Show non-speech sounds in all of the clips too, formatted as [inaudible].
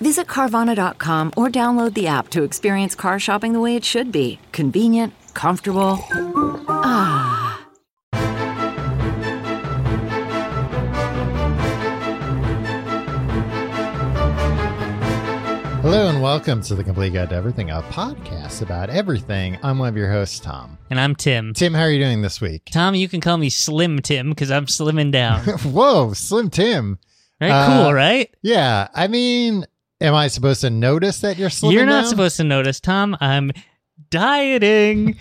Visit Carvana.com or download the app to experience car shopping the way it should be convenient, comfortable. Hello and welcome to the Complete Guide to Everything, a podcast about everything. I'm one of your hosts, Tom. And I'm Tim. Tim, how are you doing this week? [laughs] Tom, you can call me Slim Tim because I'm slimming down. Whoa, Slim Tim. Right? Uh, cool, right? Yeah, I mean, am I supposed to notice that you're slimming? You're not down? supposed to notice, Tom. I'm [laughs] dieting.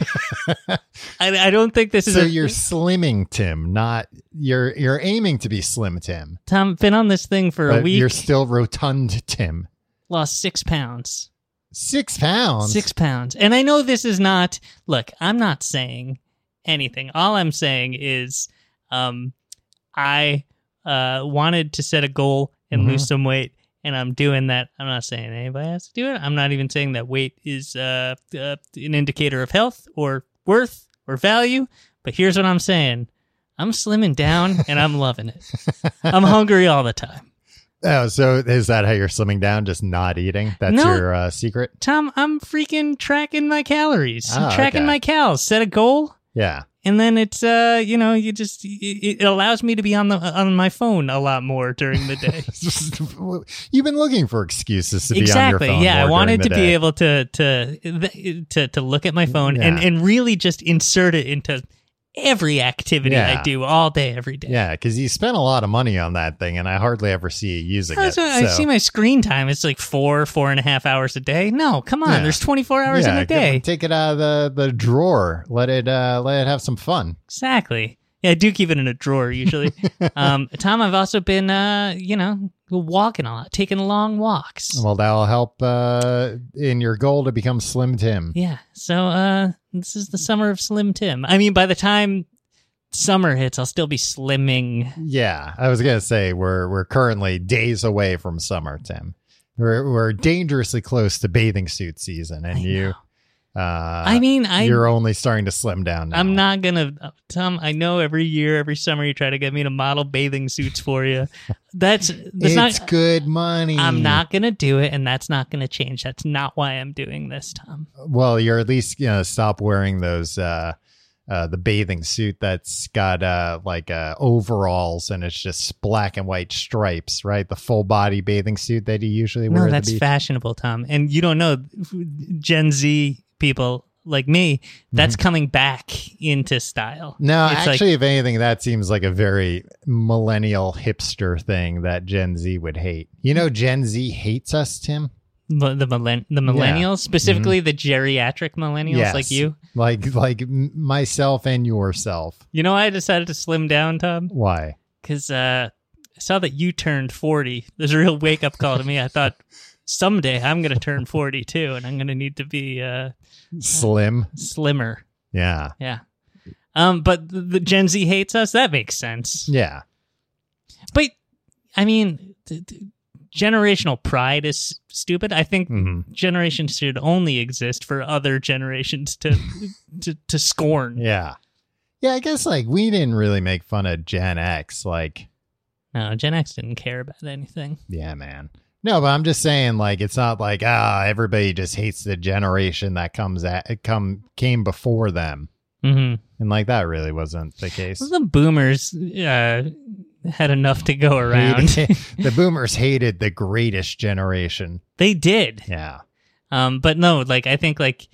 I, I don't think this is [laughs] So a, you're slimming, Tim. Not you're you're aiming to be slim, Tim. Tom. Been on this thing for a but week. You're still rotund, Tim. Lost six pounds. Six pounds. Six pounds. And I know this is not. Look, I'm not saying anything. All I'm saying is, um, I uh wanted to set a goal and lose some weight. And I'm doing that. I'm not saying anybody has to do it. I'm not even saying that weight is uh, uh an indicator of health or worth or value. But here's what I'm saying: I'm slimming down and I'm loving it. I'm hungry all the time. Oh, so is that how you're slimming down? Just not eating? That's No. your uh, secret? Tom, I'm freaking tracking my calories. I'm Oh, tracking okay. my calories. Set a goal. Yeah. [laughs] and then it's uh you know you just it, it allows me to be on the on my phone a lot more during the day You've been looking for excuses [laughs] to be exactly on your phone. yeah more i during wanted the to be day. able to to to to look at my phone and Yeah. and really just insert it into every activity Yeah. i do all day every day Yeah, because you spent a lot of money on that thing, and I hardly ever see you using That's it. what- Oh, I so- see my screen time. It's like four, four and a half hours a day. No, come on. Yeah. There's 24 hours in Yeah, a day. Take it out of the, the drawer. Let it uh, let it have some fun. Exactly. Yeah, I do keep it in a drawer [laughs] usually. um, Tom, I've also been, uh, you know, walking a lot, taking long walks. Well, that'll help uh, in your goal to become Slim Tim. Yeah. So uh this is the summer of Slim Tim. I mean, by the time summer hits, I'll still be slimming. Uh, Yeah, I was gonna say we're we're currently days away from summer, Tim. We're we're dangerously close to bathing suit season, and you. Uh, I mean, I you're only starting to slim down now. I'm not going to Tom, I know every year, every summer you try to get me to model bathing suits for you. [laughs] That's that's It's not good money. I'm not going to do it and that's not going to change. That's not why I'm doing this, Tom. Well, you're at least gonna stop wearing those uh, uh, the bathing suit that's got uh, like uh, overalls and it's just black and white stripes, right? The full body bathing suit that you usually wear. No, at that's the beach. fashionable, Tom. And you don't know Gen Z people like me, that's coming back into style. Mm-hmm. No, It's like- actually, if anything, that seems like a very millennial hipster thing that Gen Z would hate. You know, Gen Z hates us, Tim. Mil- the millen- the millennials, specifically the geriatric millennials Mm-hmm. Yes. like you. like like m- myself and yourself. You know, why I decided to slim down, Tom, Why? because uh, I saw that you turned forty. There's a real wake up call to me. [laughs] I thought someday I'm going to turn forty too, and I'm going to need to be uh, Slim. slimmer. Yeah. Yeah. Um, but the, the Gen Z hates us. That makes sense. Yeah. But I mean, th- th- generational pride is stupid. I think hmm generations should only exist for other generations [laughs] to to, to scorn. Yeah. Yeah, I guess like we didn't really make fun of Gen X. Like, No, Gen X didn't care about anything. yeah, man. No, but I'm just saying, like, it's not like ah, everybody just hates the generation that comes at it come came before them, Mm-hmm. and like that really wasn't the case. The boomers uh, had enough to go [laughs] around. [laughs] Hated- the boomers hated the greatest generation. they did. Yeah, Um, but no, like I think like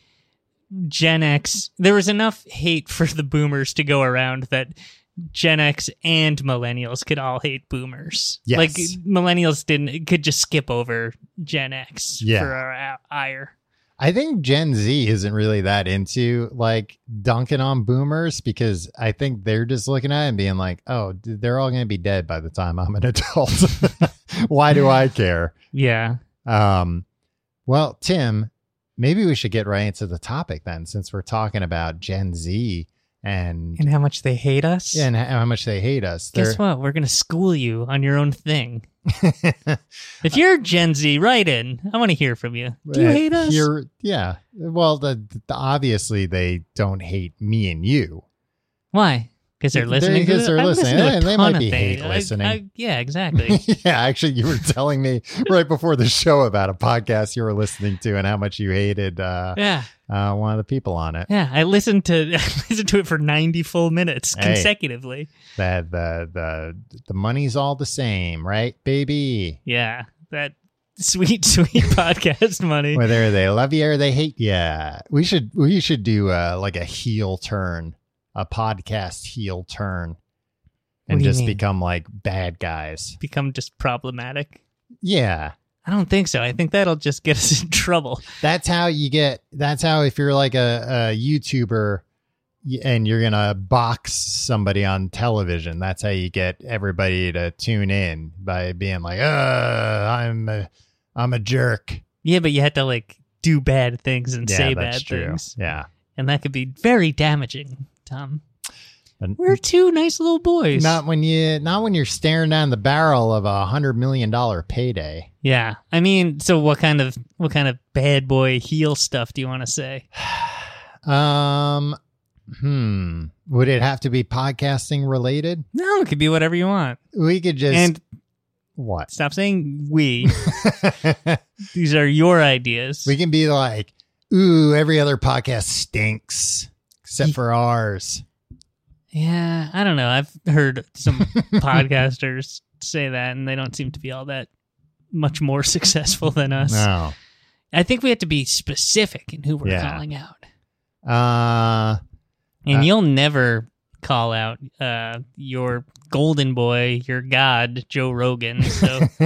Gen X, there was enough hate for the boomers to go around that Gen X and millennials could all hate boomers. Yes. Like millennials didn't could just skip over Gen X Yeah. for our ire. I think Gen Z isn't really that into like dunking on boomers because I think they're just looking at it and being like, oh, d- they're all going to be dead by the time I'm an [laughs] adult. Why do I care? Yeah. Um, well, Tim, Maybe we should get right into the topic then, since we're talking about Gen Z and and how much they hate us. yeah, and how how much they hate us. They're- Guess what? We're gonna school you on your own thing. [laughs] If you're Gen Z, write in. I want to hear from you. Do you Uh, hate us? You're, yeah. Well, the, the obviously they don't hate me and you. Why? Because they're They- listening. to 'cause the- they're I listen listening. to a They- they ton might of be things. hate I- listening. I- yeah, exactly. [laughs] yeah, actually, you were telling me right before the show about a podcast you were listening to and how much you hated uh, yeah, uh, one of the people on it. yeah. I listened to [laughs] I listened to it for ninety full minutes Hey. consecutively. That the the the money's all the same, right, baby? Yeah, that sweet, [laughs] sweet podcast money. Whether they love you or they hate you, we should we should do uh, like a heel turn, a podcast heel turn, What and do you just mean? become like bad guys. Become just problematic. Yeah, I don't think so. I think that'll just get us [laughs] in trouble. that's how you get. That's how if you're like a, a YouTuber y- and you're gonna box somebody on television, that's how you get everybody to tune in by being like, "Uh, I'm a, I'm a jerk." Yeah, but you had to like do bad things and yeah, say that's bad true. things, Yeah. and that could be very damaging. Tom, And- we're two nice little boys. Not when you not when you're staring down the barrel of a hundred million dollar payday. Yeah, I mean, so what kind of what kind of bad boy heel stuff do you want to say? Um hmm. Would it have to be podcasting related? No, it could be whatever you want. We could just And [laughs] what? stop saying we. [laughs] These are your ideas. we can be like, ooh, every other podcast stinks except for ours. yeah, I don't know. I've heard some [laughs] podcasters say that, and they don't seem to be all that much more [laughs] successful than us. No. I think we have to be specific in who we're Yeah. calling out, Uh [laughs] and Uh, you'll never call out uh, your golden boy, your god, Joe Rogan. So [laughs]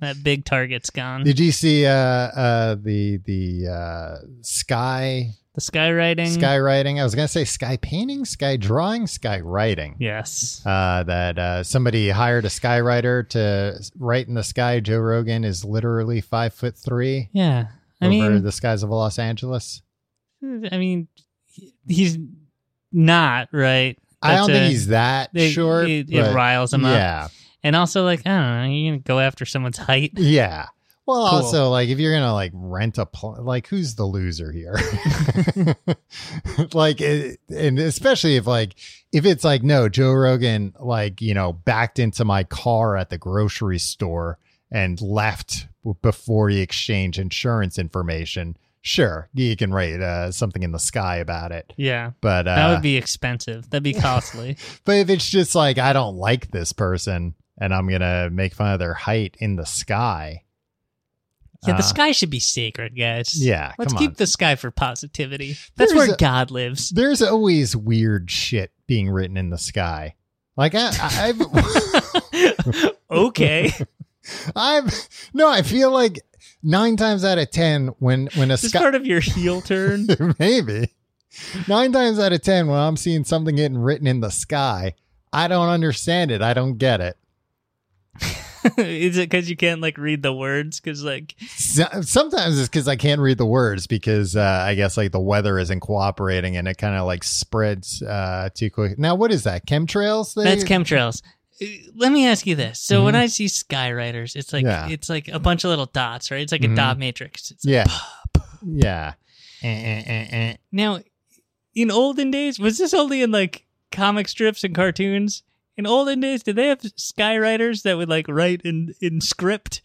that big target's gone. did you see uh uh the the uh sky The skywriting. sky writing? I was gonna say sky painting, sky drawing, sky writing. Yes. uh, that uh, somebody hired a skywriter to s- write in the sky. Joe Rogan is literally five foot three Yeah. I over mean, hmm, the skies of Los Angeles. I mean, he- he's not right. I don't That's think a- he's that it- short. It, it but riles him up, yeah, and also like I don't know, you're gonna go after someone's height. yeah. Well, Cool. also like if you're gonna like rent a pl- like who's the loser here? [laughs] like, it, and especially if like if it's like no, Joe Rogan like you know backed into my car at the grocery store and left w- before you exchange insurance information. Sure, you can write uh, something in the sky about it, Yeah, but uh, that would be expensive. That'd be [laughs] costly. but if it's just like I don't like this person and I'm gonna make fun of their height in the sky, yeah, Uh, the sky should be sacred, guys. yeah, Let's come keep on. the sky for positivity. There's That's where a- God lives. there's always weird shit being written in the sky. Like I, I- [laughs] I've, [laughs] okay. I've, no, I feel like nine times out of ten when when a This is sky part of your [laughs] heel turn. [laughs] maybe nine times out of ten when I'm seeing something getting written in the sky, I don't understand it. I don't get it. is it because you can't like read the words? Because like So, sometimes it's because I can't read the words because uh, I guess like the weather isn't cooperating and it kind of like spreads uh, too quick. Now what is that chemtrails? They- That's chemtrails. Uh, Let me ask you this. So when Mhm. I see skywriters, it's like Yeah. it's like a bunch of little dots, right? It's like a Mhm. dot matrix. It's- yeah, yeah. Eh, eh, eh, eh. Now, in olden days, was this only in like comic strips and cartoons? In olden days, did they have skywriters that would like write in in script?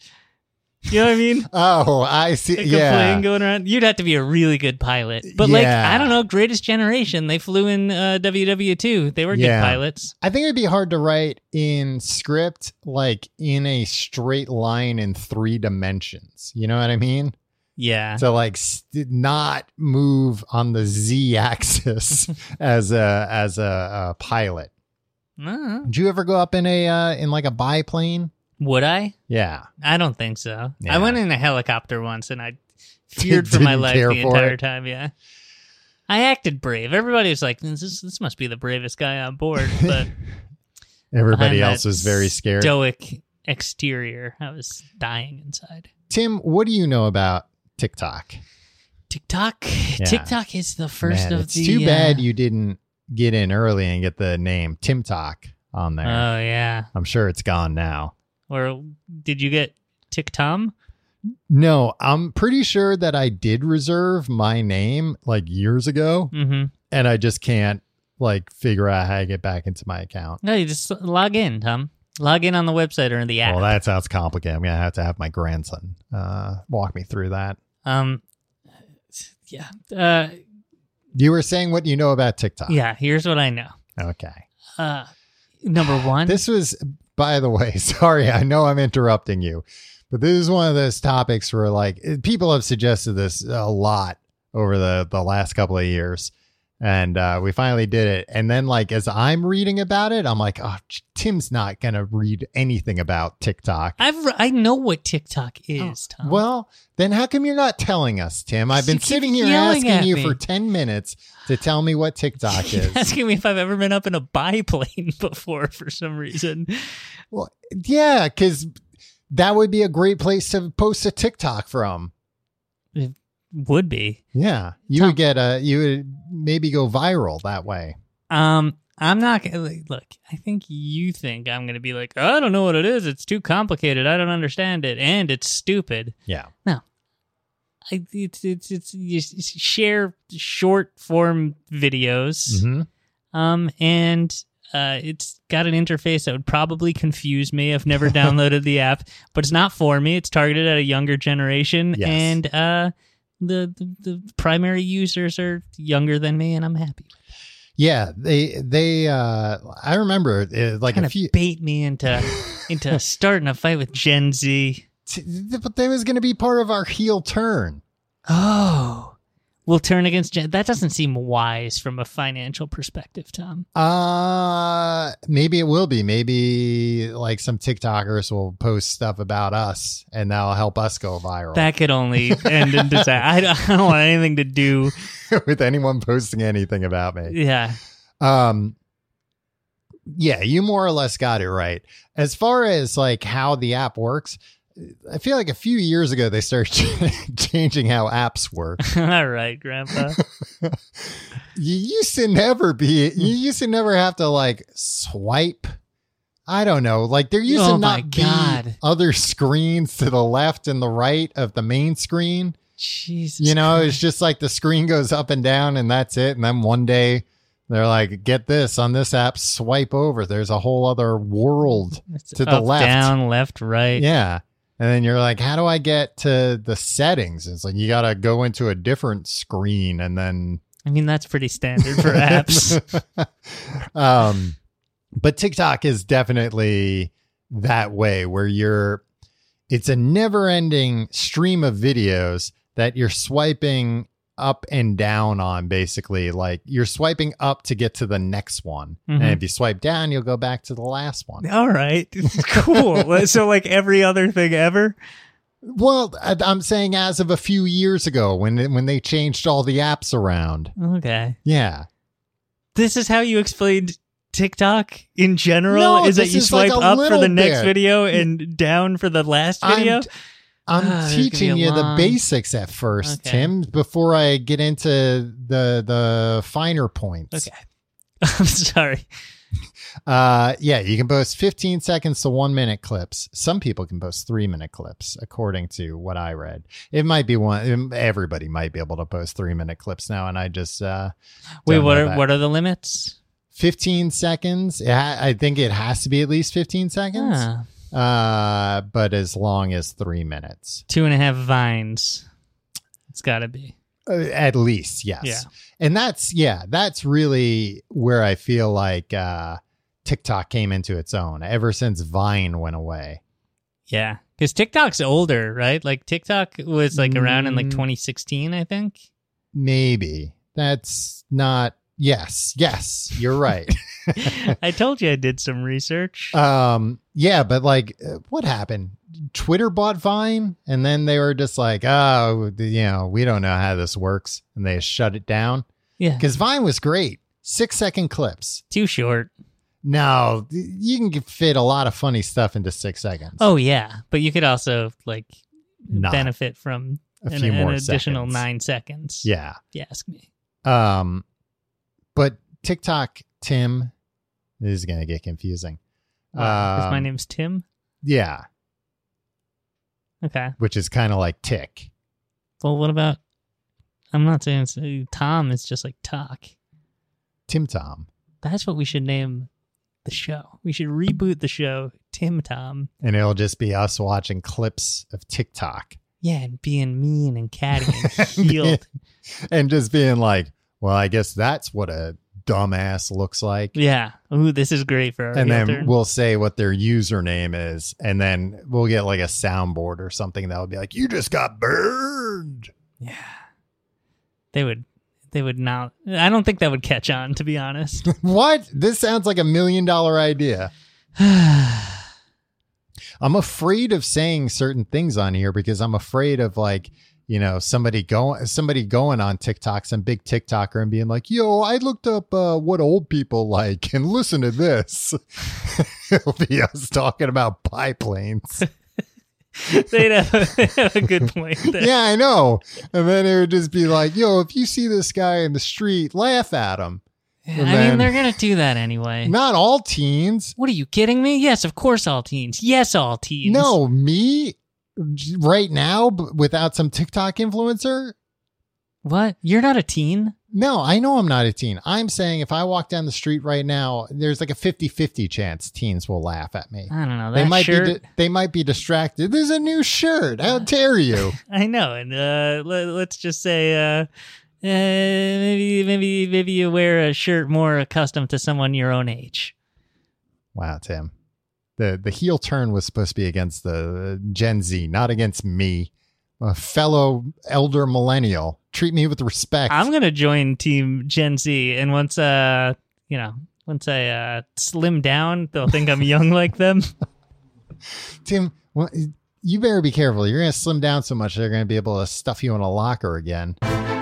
You know what [laughs] I mean? Oh, I see. Like a yeah. plane going around. You'd have to be a really good pilot. But like Yeah. I don't know, Greatest Generation, they flew in uh, WW2. They were Yeah. good pilots. I think it'd be hard to write in script, like in a straight line in three dimensions. You know what I mean? Yeah. To like st- not move on the z [laughs] axis as a as a, a pilot. Uh, Did you ever go up in a uh, in like a biplane? would I? Yeah, I don't think so. Yeah. I went in a helicopter once [laughs] and I feared for my Didn't life care the for entire it. time. Yeah. I acted brave. Everybody was like, this, is, this must be the bravest guy [laughs] on board. But everybody behind else that was very scared. Stoic exterior. I was dying inside. Tim, what do you know about TikTok? TikTok. Yeah. TikTok is the first Man, of it's the. too bad uh, you didn't get in early and get the name Tim Talk on there. Oh yeah. I'm sure it's gone now. Or did you get TikTom? No, I'm pretty sure that I did reserve my name like years ago, Mm-hmm. and I just can't like figure out how to get back into my account. No, you just log in, Tom. Log in on the website or in the app. Well, that sounds complicated. I'm gonna have to have my grandson uh, walk me through that. um. Yeah. Uh. You were saying what you know about TikTok. Yeah. Here's what I know. Okay. Uh. Number one. This was, by the way, [laughs] sorry, I know I'm interrupting you, but this is one of those topics where like eh, people have suggested this a lot over the the last couple of years. And uh, we finally did it. And then, like, as I'm reading about it, I'm like, oh, Tim's not going to read anything about TikTok. I've re- I know what TikTok is, Tom. Oh, Well, then how come you're not telling us, Tim? I've You been keep sitting here yelling asking at you me. for 10 minutes to tell me [laughs] what TikTok You're is. [laughs] asking me if I've ever been up in a biplane [laughs] before for some reason. Well, yeah, because that would be a great place to post a TikTok from. Would be. Yeah, you Tom- would get a you would maybe go viral that way. Um, I'm not gonna like, look. I think you think I'm gonna be like, I don't know what it is. It's too complicated. I don't understand it, and it's stupid. Yeah, I, it's it's it's you s- share short form videos. hmm Um, and uh, it's got an interface that would probably confuse me. I've never downloaded the app, but it's not for me. It's targeted at a younger generation, Yes. and uh, the, the the primary users are younger than me, and I'm happy. yeah. They they uh I remember uh, like Kind a of few. bait [laughs] me into into starting a fight with Gen Z. t- but that was going to be part of our heel turn. Oh. We'll turn against Gen. That doesn't seem wise from a financial perspective, Tom. Uh maybe it will be. Maybe like some TikTokers will post stuff about us, and that'll help us go viral. That could only end in disaster. I don't, I don't want anything to do. [laughs] with anyone posting anything about me. Yeah. [laughs] um yeah you more or less got it right as far as like how the app works i feel like a few years ago they started [laughs] changing how apps work All right, Grandpa. you used to never be you Hmm. used to never have to like swipe i don't know like there used Oh to my not be God. other screens to the left and the right of the main screen Jesus. you know it's just like the screen goes up and down and that's it and then one day they're like get this on this app swipe over there's a whole other world It's to the up, left. down, left, right. yeah and then you're like how do i get to the settings it's like you gotta go into a different screen and then I mean, that's pretty [laughs] standard for apps. um but tiktok is definitely that way where you're it's a never-ending stream of videos that you're swiping up and down on basically like you're swiping up to get to the next one Mhm. and if you swipe down you'll go back to the last one All right, [laughs] cool. so, like every other thing ever. well I- i'm saying as of a few years ago when when they changed all the apps around Okay, yeah this is how you explained TikTok in general: No, is that this you is swipe like a up for little the next bit. video and down for the last video. I'm, I'm Ah, there's gonna teaching be a you long- the basics at first, Okay. Tim, before I get into the the finer points. okay, [laughs] I'm sorry. Uh, yeah, you can post 15 seconds to one minute clips. Some people can post three minute clips, according to what I read. It might be one. um, Everybody might be able to post three minute clips now, and I just uh, Wait, don't what know are that. what are the limits? 15 seconds? It ha- I think it has to be at least 15 seconds. Ah, Uh, but as long as three minutes. two and a half vines. It's got to be. Uh, at least yes Yeah. and that's yeah that's really where i feel like uh tiktok came into its own ever since vine went away Yeah. Because TikTok's older, right? Like TikTok was like around in like Mm. 2016, I think. [laughs] maybe that's not yes yes you're [laughs] right I told you I did some research. um yeah but like uh, what happened twitter bought vine and then they were just like oh you know we don't know how this works and they shut it down yeah. because vine was great six second clips Too short. No, you can fit a lot of funny stuff into six seconds. Oh, yeah. But you could also like Not. benefit from a an, few an more additional seconds. nine seconds. Yeah. if you ask me. Um, but TikTok Tim, this is gonna get confusing. Wow, 'cause my Um, name's Tim. Yeah, Okay. which is kind of like tick. Well, what about? I'm not saying it's, uh, Tom is just like talk. Tim Tom, That's what we should name the show. We should reboot the show Tim Tom. and it'll just be us watching clips of TikTok Yeah, and being mean and catty [laughs] and healed. and just being like, "Well, I guess that's what a dumbass looks like." yeah. Ooh, this is great for our And then filter. we'll say what their username is, and then we'll get like a soundboard or something that will be like, "You just got burned." [laughs] Yeah. They would they would not I don't think that would catch on to [laughs] be honest. [laughs] What? This sounds like a million dollar idea. I'm afraid of saying certain things on here because I'm afraid of like, you know, somebody going somebody going on TikTok, some big TikToker and being like, yo, I looked up uh, what old people [laughs] like and listen to this. [laughs] It'll be us talking about biplanes. They'd have, they have a good point there. yeah, I know. And then it would just be like, yo, if you see this guy in the street, laugh at him. I And mean then- they're gonna do that anyway. Not all teens. What are you kidding me? Yes, of course all teens. Yes, all teens. No, me j- right now b- without some TikTok influencer. What? You're not a teen? No, I know I'm not a teen. I'm saying if I walk down the street right now, there's like a 50 50 chance teens will laugh at me. I don't know. Uh, That They might shirt. be di- they might be distracted. There's a new shirt. [laughs] How dare you? I know, and uh, le- let's just say uh, uh, maybe maybe maybe you wear a shirt more accustomed to someone your own age. wow, Tim. The the heel turn was supposed to be against the uh, Gen Z, not against me. A fellow elder millennial. Treat me with respect. I'm gonna join Team Gen Z, and once uh, you know, once I uh, slim down, they'll think I'm young like them. [laughs] Tim, well, you better be careful. You're going to slim down so much they're going to be able to stuff you in a locker again. [sighs]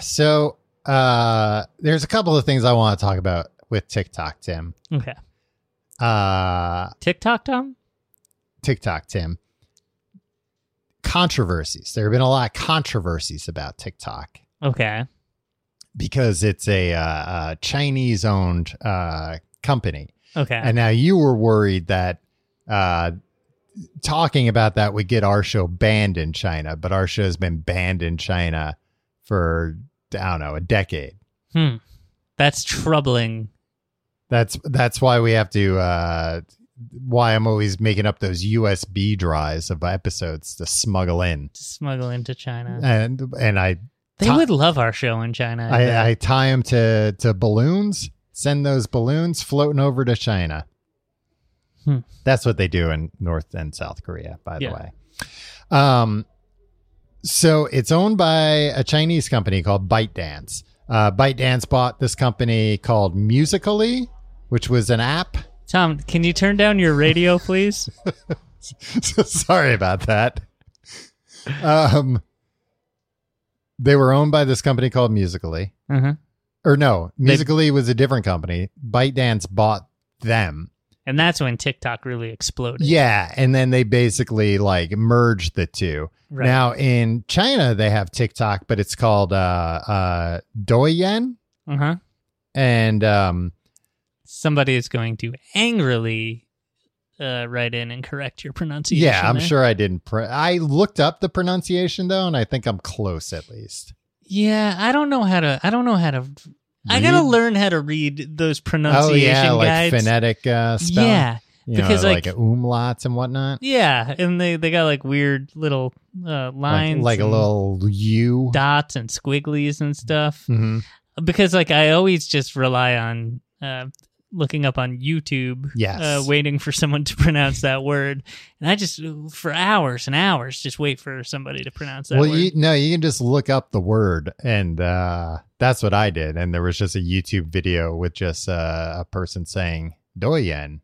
So, uh, there's a couple of things I want to talk about with TikTok, Tim. Okay, Uh, TikTok, Tom. TikTok, Tim. Controversies. There have been a lot of controversies about TikTok Okay, because it's a, uh, uh Chinese owned uh, company. okay, And now you were worried that uh, talking about that would get our show banned in China, but our show's been banned in China for I don't know a decade. hmm. that's troubling. That's that's why we have to. Uh, why I'm always making up those USB drives of episodes to smuggle in, To smuggle into China, and and I they Tom- would love our show in China. I bet. I, I tie them to to balloons. Send those balloons floating over to China. Hmm. That's what they do in North and South Korea, by the Yeah. way. Um, so it's owned by a Chinese company called ByteDance. Uh, ByteDance bought this company called Musically, which was an app. [laughs] Tom, can you turn down your radio, please? So Sorry about that. Um, they were owned by this company called Musically. uh-huh. or no, Musically was a different company. ByteDance bought them. And that's when TikTok really exploded. Yeah, and then they basically like merged the two. Right. Now in China they have TikTok, but it's called uh uh Douyin Uh huh. and um Somebody is going to angrily uh, write in and correct your pronunciation. yeah, I'm there. sure I didn't pr- I looked up the pronunciation though and I think I'm close at least. Yeah, I don't know how to. I don't know how to. I gotta Read? learn how to read those Oh pronunciation yeah, like guides. phonetic uh spelling. Yeah, You know, because, like, like- umlauts and whatnot. yeah, and they they got like weird little uh, Like, lines, like a and little U. dots and squigglies and stuff. Mhm. Because like I always just rely on uh, looking up on YouTube Yes. uh, waiting for someone to [laughs] pronounce that word. And I just, for hours and hours, just wait for somebody to pronounce that well word. you no you can just look up the word and uh that's what i did and there was just a youtube video with just uh, a person saying doyen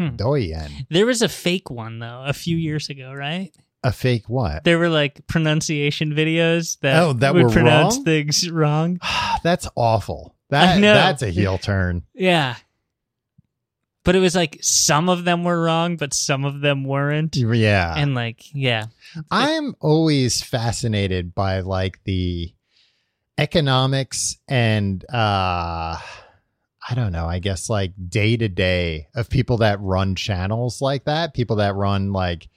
Hmm. doyen there was a fake one, though, a few years ago, right? a fake what [gasps] There were like pronunciation videos that, Oh, that would were pronounce wrong? things wrong. that's awful that know. [laughs] that's a heel turn Yeah. But it was like some of them were wrong, but some of them weren't. Yeah. And like, yeah, I'm always fascinated by like the economics and uh I don't know, I guess like day to day of people that run channels like that, people that run like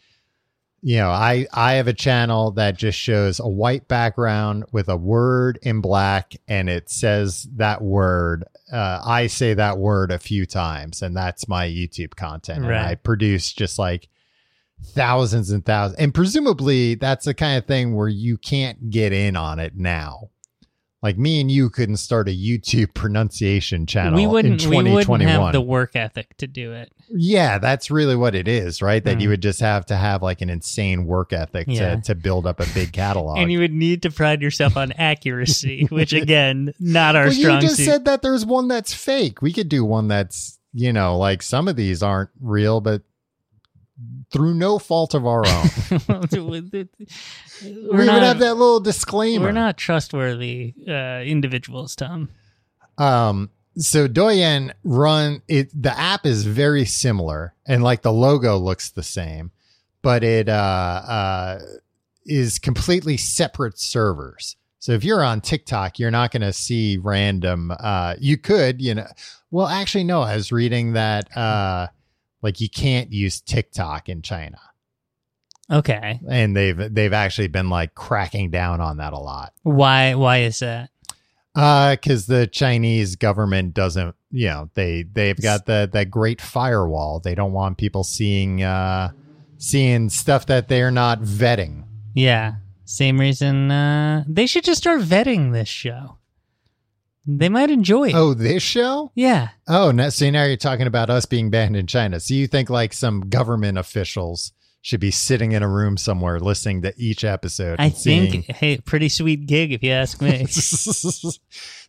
you know, I I have a channel that just shows a white background with a word in black and it says that word. Uh, I say that word a few times and that's my YouTube content. And Right. I produce just like thousands and thousands. And presumably that's the kind of thing where you can't get in on it now. Like me and you couldn't start a YouTube [laughs] pronunciation channel we wouldn't in we 2021. wouldn't have the work ethic to do it. Yeah, that's really what it is, right? That Mm. you would just have to have like an insane work ethic Yeah. to, to build up a [laughs] big catalog. And you would need to pride yourself [laughs] on accuracy, which again, not our well, you strong just [laughs] suit. said that there's one that's fake. We could do one that's, you know, like some of these aren't real, but through no fault of our [laughs] own. we're we would have that little disclaimer. We're not trustworthy uh, individuals, Tom. Um, so Doyen run it. The app is very similar, and like the logo looks the same, but it uh, uh, is completely separate servers. So if you're on TikTok, you're not going to see random. Uh, you could, you know. Well, actually, no. I was reading that uh, like you can't use TikTok in China, Okay, and they've they've actually been like cracking down on that a lot. why why is that? Uh, because the Chinese government doesn't, you know, they they've got the that great firewall. They don't want people seeing uh seeing stuff that they're not vetting. Yeah, same reason. Uh, they should just start vetting this show. They might enjoy it. Oh, this show? Yeah, Oh, now, so now you're talking about us being banned in China. So you think like some government officials should be sitting in a room somewhere listening to each episode? I and think hey, pretty sweet gig if you [laughs] ask me. seeing-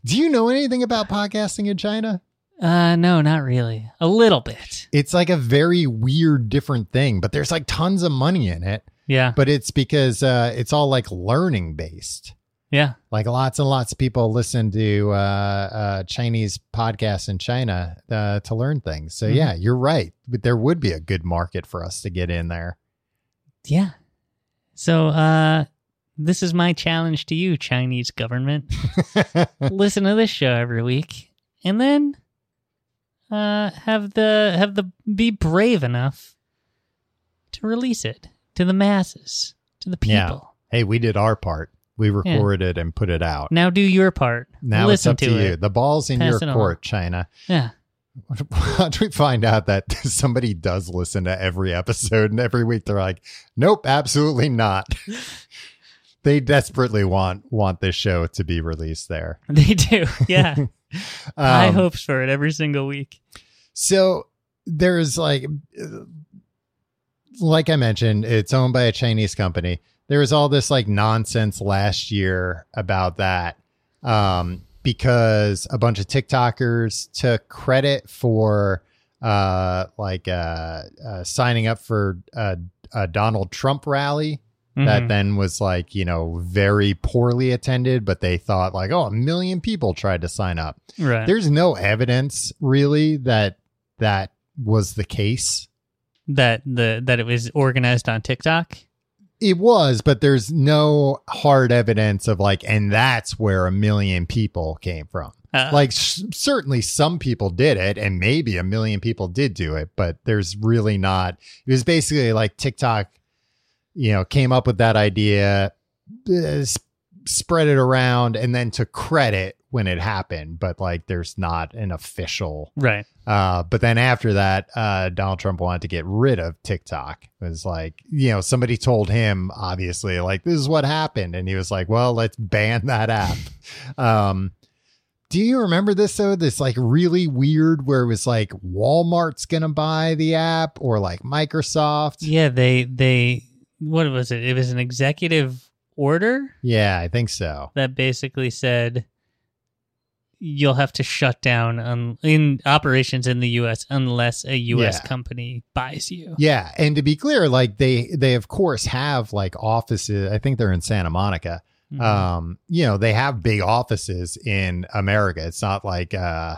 Do you know anything about podcasting in China? uh, no, not really. A little bit. It's like a very weird, different thing, but there's like tons of money in it. Yeah, but it's because uh, it's all like learning based. yeah. Like lots and lots of people listen to uh, uh, Chinese podcasts in China uh, to learn things. So Mhm. yeah, you're right. But there would be a good market for us to get in there. Yeah. So uh this is my challenge to you, Chinese [laughs] government. Listen to this show every week and then uh have the have the be brave enough to release it to the masses, to the people. Yeah. hey, we did our part. We recorded and put it out. Now do your part. Now it's Listen up to, it. you. The ball's in Pass your it on. court, China. Yeah. [laughs] [laughs] How do we find out that [laughs] somebody does listen to every episode and every week they're like, nope, absolutely not. [laughs] they desperately want want this show to be released there. They do. [laughs] Yeah. High Um, hopes for it every single week. So there's like, uh, like I mentioned, it's owned by a Chinese company. There was all this like nonsense last year about that um, because a bunch of TikTokers took credit for uh, like uh, uh, signing up for uh, a Donald Trump rally that Mhm. then was like you know very poorly attended, but they thought like oh a million people tried to sign up Mm-hmm. right. there's no evidence really that that was the case That the that it was organized on TikTok. it was but there's no hard evidence of like and that's where a million people came from Uh, like s certainly some people did it and maybe a million people did do it but there's really not it was basically like tiktok you know came up with that idea uh, sp- spread it around and then took credit when it happened but like there's not an official right. Uh, but then after that, uh, Donald Trump wanted to get rid of TikTok. It was like, you know, somebody told him, obviously, like, this is what happened. And he was like, well, let's ban that app. [laughs] um, do you remember this, though? This like really weird where it was like Walmart's going to buy the app or like Microsoft. Yeah, they they what was it? It was an executive order Yeah, I think so. that basically said you'll have to shut down un- in operations in the U.S. unless a U.S. Yeah. company buys you. Yeah, and to be clear, like they they of course have like offices. I think they're in Santa Monica. Mhm. um you know they have big offices in america it's not like uh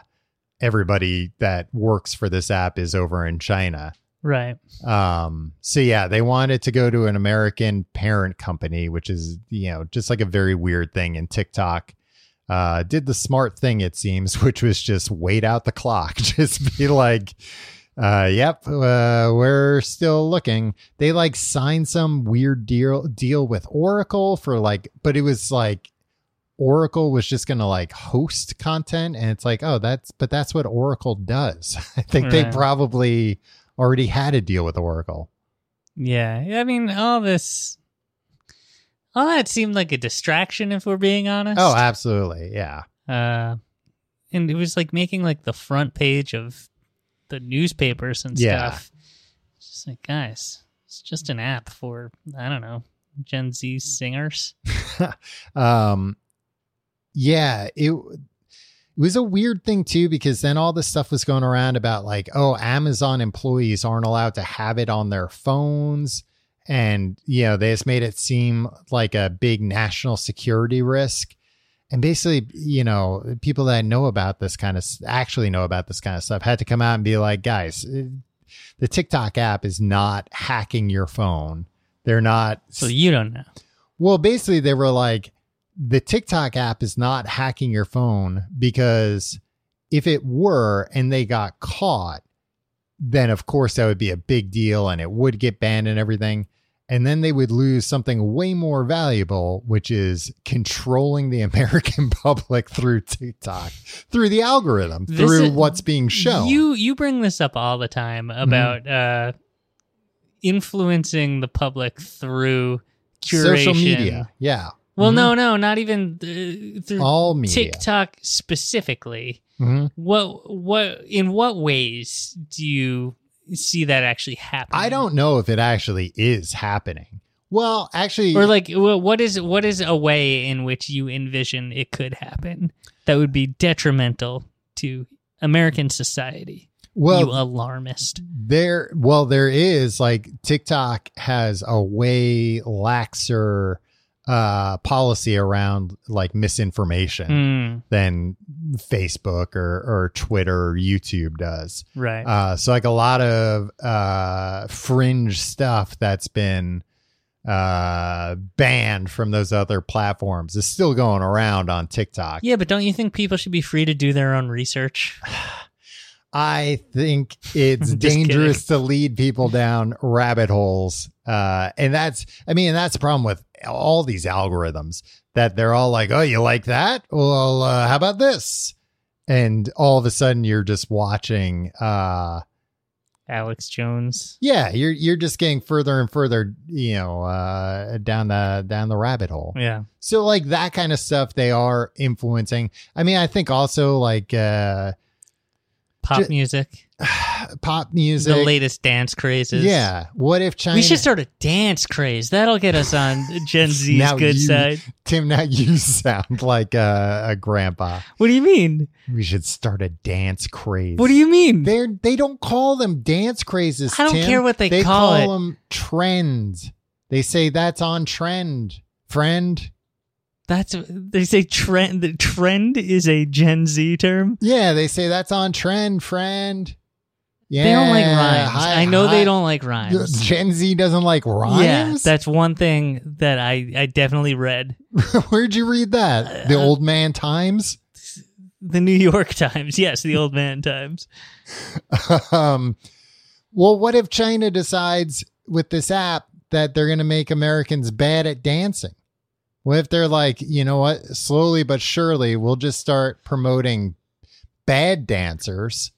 everybody that works for this app is over in China. Right. Um, so yeah, they wanted to go to an American parent company, which is you know just like a very weird thing. And TikTok uh, did the smart thing, it seems, [laughs] which was just wait out the clock, [laughs] just be like, uh, "Yep, uh, we're still looking." They like signed some weird deal deal with Oracle for like, but it was like. Oracle was just going to like host content and it's like oh that's but that's what Oracle does. [laughs] I think they Right. probably already had a deal with Oracle. Yeah. I mean, all this, all that seemed like a distraction, if we're being honest. Oh, absolutely. Yeah. uh, and it was like making like the front page of the newspapers and Yeah. stuff. It's Just like guys, it's just an app for I don't know Gen Z singers. Um yeah, it it was a weird thing too because then all this stuff was going around about like, oh, Amazon employees aren't allowed to have it on their phones and you know, they just made it seem like a big national security risk. And basically, you know, people that know about this kind of actually know about this kind of stuff had to come out and be like, guys, eh, the TikTok app is not hacking your phone. They're not So you don't know. Well, basically, they were like, the TikTok app is not hacking your phone because if it were and they got caught, then of course that would be a big deal and it would get banned and everything. And then they would lose something way more valuable, which is controlling the [laughs] American public through TikTok, through the algorithm, This through is- what's being shown. You you bring this up all the time about uh, influencing the public through curation. Social media. Yeah. Well, no, no, not even uh, through All media. TikTok specifically. Mhm. What what in what ways do you see that actually happen? I don't know if it actually is happening. Well, actually, Or like wh- what is what is a way in which you envision it could happen that would be detrimental to American society? you well, alarmist. there, well, there is like TikTok has a way laxer uh, policy around like misinformation Mm, than Facebook or or Twitter or YouTube does. right. Uh, so like a lot of uh, fringe stuff that's been uh banned from those other platforms is still going around on TikTok. yeah, but don't you think people should be free to do their own research? I think it's [laughs] Just dangerous to lead people down rabbit holes. Uh, and that's, I mean, that's the problem with all these algorithms that they're all like, oh, you like that? Well, uh, how about this? And all of a sudden you're just watching, uh, Alex Jones. yeah, you're, you're just getting further and further, you know, uh, down the, down the rabbit hole. Yeah. So like that kind of stuff, they are influencing. I mean, I think also like, uh, Pop Ju- music. pop music. The latest dance crazes. Yeah. What if China? We should start a dance craze. That'll get us on [laughs] Gen Z's Now good you- side. Tim, now you [laughs] sound like a, a grandpa. What do you mean? We should start a dance craze. What do you mean? They're they don't call them dance crazes. I don't Tim. care what they they call it. them. Trends. They say that's on trend, friend. That's they say trend. The trend is a Gen Z term. Yeah, they say that's on trend, friend. Yeah, they don't like rhymes. hi- I know hi- they don't like rhymes. Gen Z doesn't like Yeah, rhymes. that's one thing that I I definitely read. [laughs] Where'd you read that? The Uh, Old Man Times. The New [laughs] York Times. Yes, the old man Times. um, well, what if China decides with this app that they're going to make Americans bad at dancing? What if they're like, you know what? Slowly but surely, we'll just start promoting bad dancers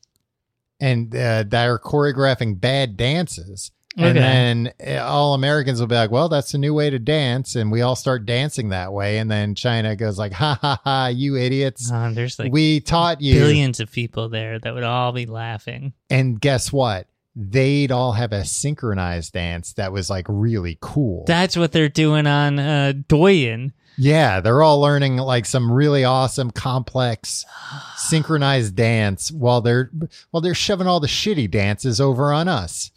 and uh, that are choreographing bad dances. And Okay. then uh, all Americans will be like, well, that's a new way to dance. And we all start dancing that way. And then China goes like, ha ha ha, you idiots. Oh, there's like we taught you billions of people there that would all be laughing. and guess what? They'd all have a synchronized dance that was like really cool. That's what they're doing on uh, Doyen. yeah, they're all learning like some really awesome complex synchronized dance while they're while they're shoving all the shitty dances over on us.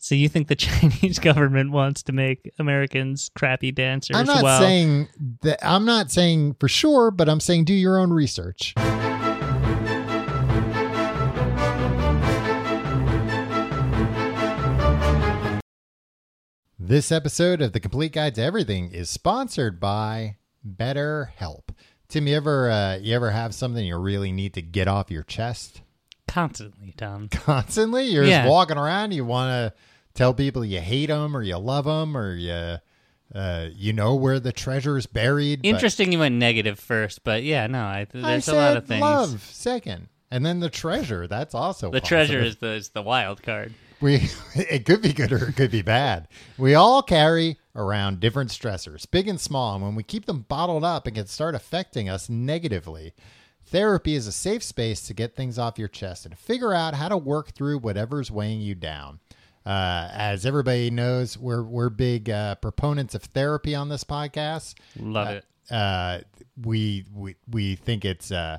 So you think the [laughs] Chinese government wants to make Americans crappy dancers? I'm not while- saying that I'm not saying for sure, but I'm saying do your own research. This episode of The Complete Guide to Everything is sponsored by BetterHelp. Tim, you ever uh, you ever have something you really need to get off your chest Constantly, Tom. constantly? You're Yeah. just walking around. You want to tell people you hate them or you love them or you uh, you know where the treasure is buried. but- Interesting you went negative first, but yeah, no, I, th- I there's a said lot of things. Love second, and then the treasure. That's also The positive. treasure is the, is the wild card. We [laughs] it could be good or it could be bad. We all carry around different stressors, big and small, and when we keep them bottled up, it can start affecting us negatively. Therapy is a safe space to get things off your chest and figure out how to work through whatever's weighing you down. Uh, as everybody knows, we're we're big uh, proponents of therapy on this podcast. Love it. Uh, we we we think it's uh,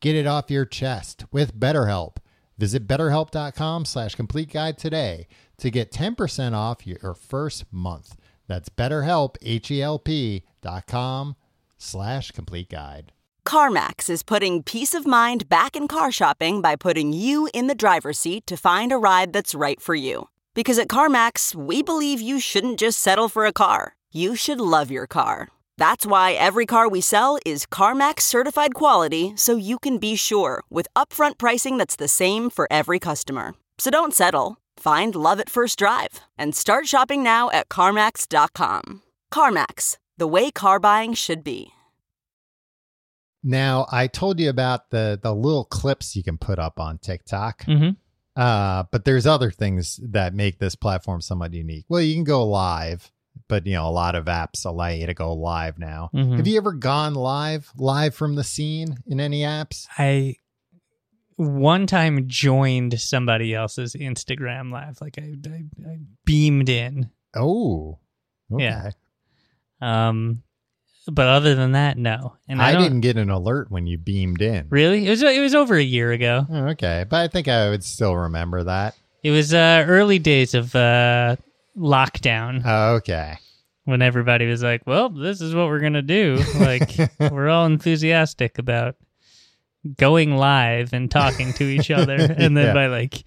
Get it off your chest with BetterHelp. Visit betterhelp.com slash complete guide today to get 10% off your first month. That's betterhelp, H-E-L-P dot com slash complete guide. CarMax is putting peace of mind back in car shopping by putting you in the driver's seat to find a ride that's right for you. Because at CarMax, we believe you shouldn't just settle for a car, you should love your car. That's why every car we sell is CarMax certified quality so you can be sure with upfront pricing that's the same for every customer. So don't settle. Find love at first drive and start shopping now at CarMax.com. CarMax, the way car buying should be. Now, I told you about the the little clips you can put up on TikTok. Mhm. Uh, but there's other things that make this platform somewhat unique. Well, you can go live, but you know, a lot of apps allow you to go live now. Mhm. Have you ever gone live, live from the scene in any apps? I one time joined somebody else's Instagram live. Like I, I, I beamed in. Oh. Okay. Yeah. Um, but other than that, no. And I, I don't, didn't get an alert when you beamed in. really. It was it was over a year ago. Oh, okay. But I think I would still remember that. It was uh, early days of uh, lockdown Okay. when everybody was like, "Well, this is what we're gonna do." Like we're all enthusiastic about going live and talking to each other, and then Yeah. by like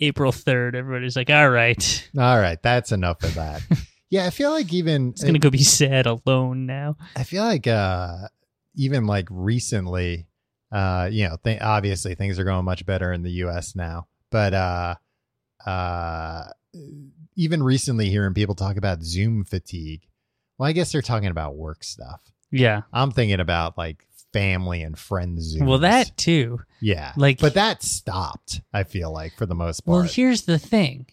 April third, everybody's like, "All right." All right. That's enough of [laughs] that. yeah. I feel like even It's gonna go be sad alone now. I feel like uh even like recently uh you know th- obviously things are going much better in the US now but uh uh even recently hearing people talk about Zoom fatigue well I guess they're talking about work stuff Yeah. I'm thinking about like family and friends Zooms. Well, that too. yeah like- but that stopped I feel like for the most part Well, here's the thing.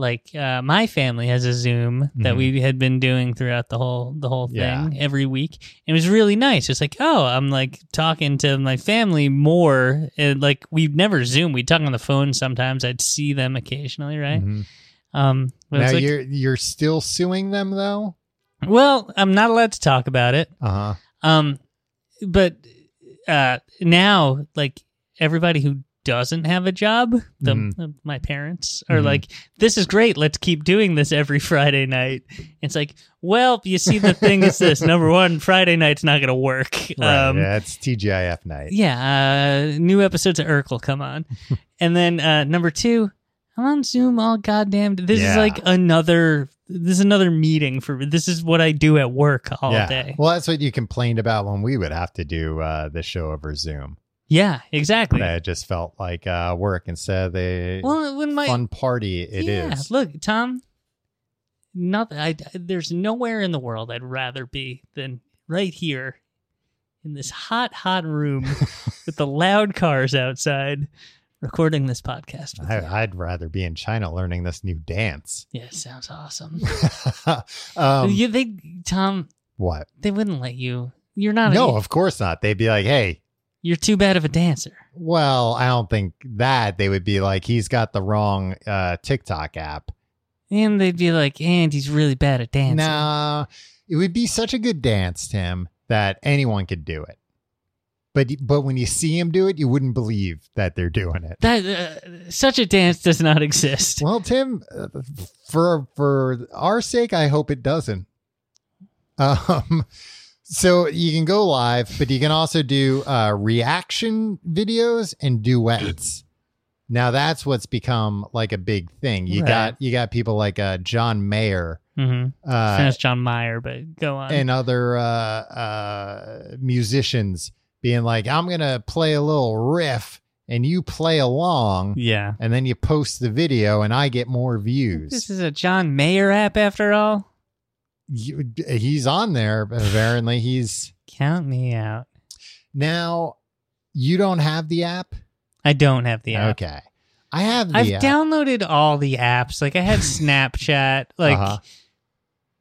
Like uh, my family has a Zoom that Mhm. we had been doing throughout the whole the whole thing Yeah. every week. It was really nice. It's like, oh, I'm like talking to my family more. And like we'd never Zoom. We'd talk on the phone sometimes. I'd see them occasionally, right? Mhm. Um, but now it's like, you're you're still suing them though well, I'm not allowed to talk about it. uh-huh Um, but uh, now, like everybody who doesn't have a job, the, Mm-hmm. my parents are Mhm. like, "This is great. Let's keep doing this every [laughs] Friday night." It's like, well, you see, the thing is this: number one, Friday night's not going to work. [laughs] right, Um, yeah it's TGIF night Yeah, uh, new episodes of Urkel come [laughs] on, and then uh, number two, I'm on Zoom all goddamn. This is Yeah. like another. This is another meeting for. This is what I do at work all day. Well, that's what you complained about when we would have to do uh, the show over Zoom. yeah, exactly. That it just felt like uh, work instead of the Well, when my fun party it is. yeah, look, Tom. Nothing. I, there's nowhere in the world I'd rather be than right here, in this hot, [laughs] hot room with the loud cars outside, recording this podcast. With you. I, I'd rather be in China learning this new dance. [laughs] yeah, it sounds awesome. um, you, they, Tom, what? they wouldn't let you. You're not. no, A, of course not. They'd be like, hey, you're too bad of a dancer. well, I don't think that. They would be like, he's got the wrong uh, TikTok app. And they'd be like, Andy's really bad at dancing. Nah, it would be such a good dance, Tim, that anyone could do it. But but when you see him do it, you wouldn't believe that they're doing it. That uh, such a dance does not exist. Well, Tim, uh, for for our sake, I hope it doesn't. Um, so you can go live, but you can also do uh, reaction videos and duets. Now that's what's become like a big thing. You Right. got you got people like uh, John Mayer Mm-hmm. uh, That's John Mayer, but go on. and other uh, uh, musicians being like, "I'm gonna play a little riff and you play along." yeah, and then you post the video and I get more this views. is a John Mayer app after all. You- he's on there, but apparently he's Count me out. now. You don't have the app? I don't have the app. Okay. I have the I've app. downloaded all the apps. Like [laughs] I had Snapchat. Like Uh-huh.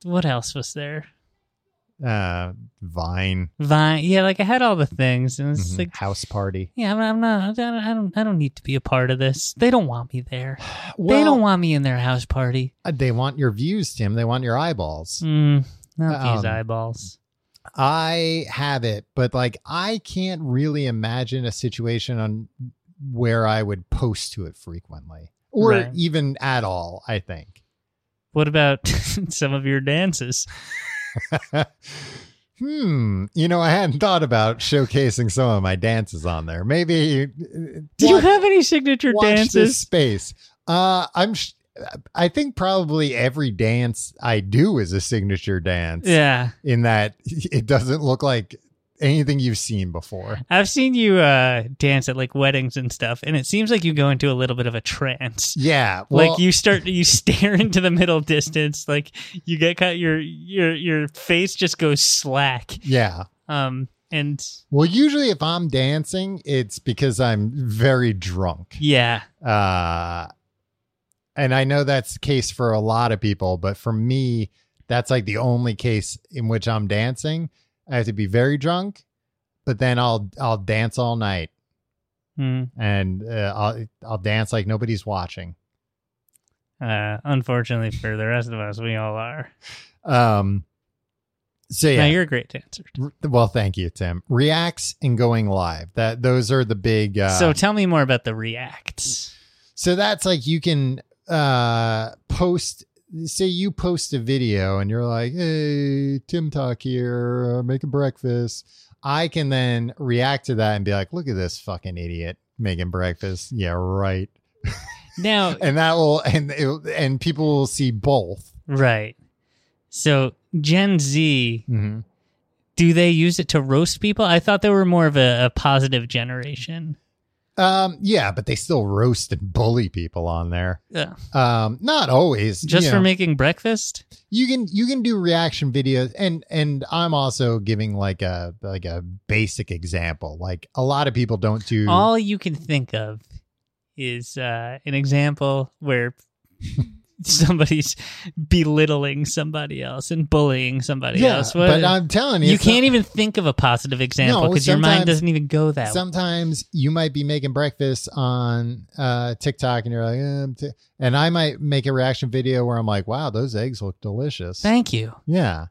what else was there? uh, Vine Vine. Yeah, like I had all the things, and it's mhm, like, house party. yeah, I'm, I'm not. I don't, I don't. I don't need to be a part of this. They don't want me there. Well, they don't want me in their house party. They want your views, Tim. They want your eyeballs. Mm, not these Um, eyeballs. I have it, but like I can't really imagine a situation on where I would post to it frequently or Right. even at all. I think. [laughs] What about [laughs] some of your dances? hmm. You know, I hadn't thought about showcasing some of my dances on there. Maybe. uh, Do you have any signature watch this dances? space? Uh, I'm. Sh- I think probably every dance I do is a signature dance. Yeah, In that it doesn't look like anything you've seen before. I've seen you uh, dance at like weddings and stuff, and it seems like you go into a little bit of a trance. Yeah. Well, like you start, you stare [laughs] into the middle distance. Like you get cut, your your your face just goes slack. Yeah. Um, and Well, usually if I'm dancing, it's because I'm very drunk. yeah, Uh, and I know that's the case for a lot of people, but for me, that's like the only case in which I'm dancing. I have to be very drunk, but then I'll I'll dance all night Mm. and uh, I'll I'll dance like nobody's watching. uh, unfortunately for the rest of us, we all are. Um, so Now yeah, you're a great dancer. R- well, thank you, Tim. Reacts and going live. That those are the big. Uh, so tell me more about the reacts. So that's like you can uh post say you post a video and you're like, "Hey, Tim Talk here, uh, making breakfast." I can then react to that and be like, "Look at this fucking idiot making breakfast." Yeah, right. Now, And that will and it, and people will see both. right. So Gen Z, do they use it to roast people? I thought they were more of a, a positive generation. Um yeah, but they still roast and bully people on there. Yeah. Um not always. Just you for know. making breakfast? you can you can do reaction videos and and i'm also giving like a like a basic example like a lot of people don't do All you can think of is uh, an example [laughs] where somebody's belittling somebody else and bullying somebody yeah, else. What- but i'm telling you you it's not- can't even think of a positive example No, because your mind sometimes- doesn't even go that way. sometimes you might be making breakfast on uh tiktok and you're like um, t-, and i might make a reaction video where i'm like wow those eggs look delicious Thank you. yeah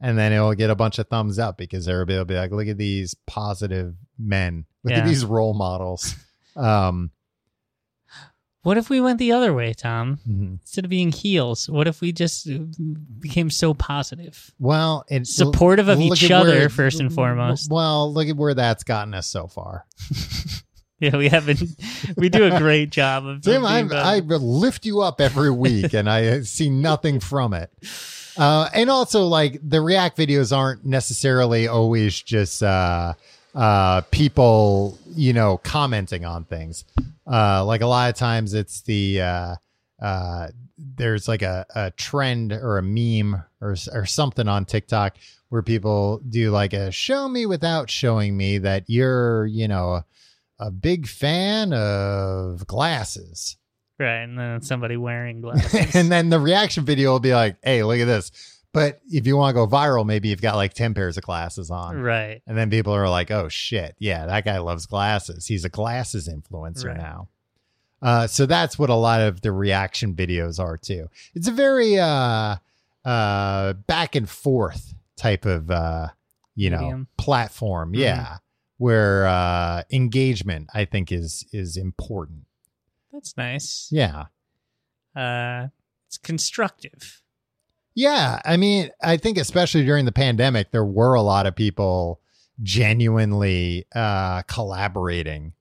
and then it'll get a bunch of thumbs up because everybody will be like look at these positive men look at Yeah. these role models um What if we went the other way, Tom? mm-hmm. Instead of being heels, what if we just uh, became so positive? [laughs] Well, and Supportive of each at other, first and foremost. Well, look at where that's gotten us so far. Yeah, we haven't. We do a great job of. Tim, of I being I lift you up every week, and I [laughs] see nothing from it. Uh, and also, like the React videos aren't necessarily always just uh, uh, people, you know, commenting on things. Uh, like a lot of times, it's the uh, uh, there's like a, a trend or a meme or or something on TikTok where people do like a show me without showing me that you're, you know, a big fan of glasses. Right, and then it's [laughs] somebody wearing glasses. and then the reaction video will be like, hey, look at this. But if you want to go viral, maybe you've got like 10 pairs of glasses on. right. And then people are like, oh shit, yeah, that guy loves glasses. He's a glasses influencer Right. now. Uh, so that's what a lot of the reaction videos are too. It's a very uh, uh, back and forth type of uh, you know Medium. Mm-hmm. platform, yeah, where uh, engagement I think is is important. That's nice. Yeah. Uh, it's constructive. Yeah, I mean, I think especially during the pandemic, there were a lot of people genuinely uh, collaborating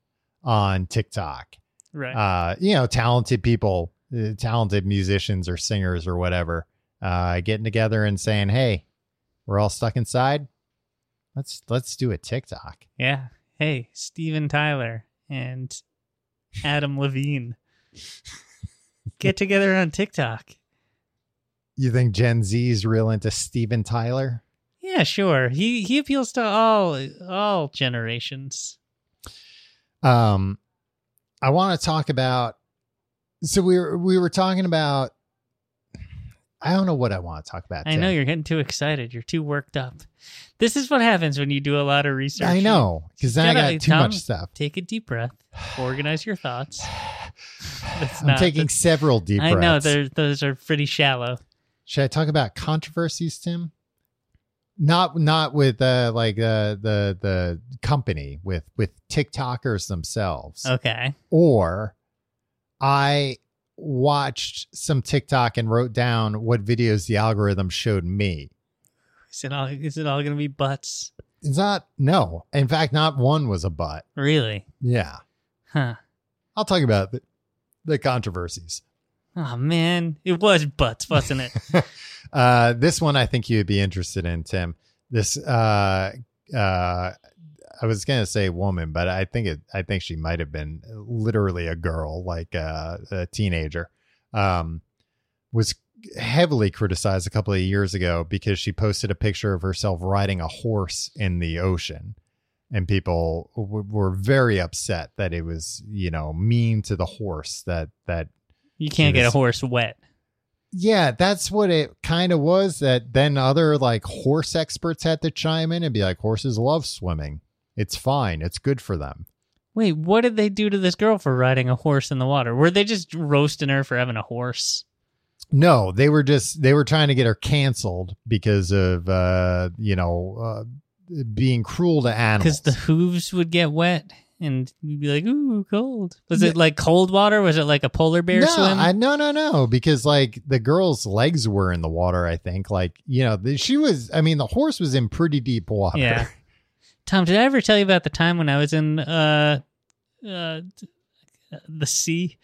on TikTok. Right. Uh, you know, talented people, uh, talented musicians or singers or whatever, uh, getting together and saying, "Hey, we're all stuck inside. Let's let's do a TikTok." yeah. Hey, Steven Tyler and [laughs] Adam Levine get together on TikTok. You think Gen Z's real into Steven Tyler? Yeah, sure. He he appeals to all all generations. um i want to talk about so we were we were talking about i don't know what i want to talk about I know Tim. you're getting too excited. You're too worked up. This is what happens when you do a lot of research. i know because then Shut i up, got too Tom. much stuff Take a deep breath. Organize your thoughts. [sighs] That's i'm taking [laughs] several deep I breaths know they're, those are pretty shallow. should i talk about controversies tim not not with uh like uh the the company with with tiktokers themselves Okay. or I watched some TikTok and wrote down what videos the algorithm showed me. Is it all is it all gonna be butts? It's not no. In fact, not one was a butt. Really? Yeah. Huh. I'll talk about the, the controversies. Oh man. It was butts, [laughs] wasn't it? Uh, this one I think you'd be interested in, Tim. This uh, uh, I was gonna say woman, but I think it. I think she might have been literally a girl, like uh, a teenager. Um, was heavily criticized a couple of years ago because she posted a picture of herself riding a horse in the ocean. And people w- were very upset that it was, you know, mean to the horse that that You can't get a Yes. horse wet. yeah, that's what it kind of was. That then other like horse experts had to chime in and be like, horses love swimming. It's fine. It's good for them. Wait, what did they do to this girl for riding a horse in the water? Were they just roasting her for having a horse? No, they were just they were trying to get her canceled because of uh, you know uh, being cruel to animals. Because the hooves would get wet and you'd be like, ooh, cold. Was it like cold water? Was it like a polar bear no, swim? I, no, no, no, because like the girl's legs were in the water. I think like you know the, she was. I mean, the horse was in pretty deep water. [laughs] Yeah. Tom, did I ever tell you about the time when I was in uh, uh, the sea?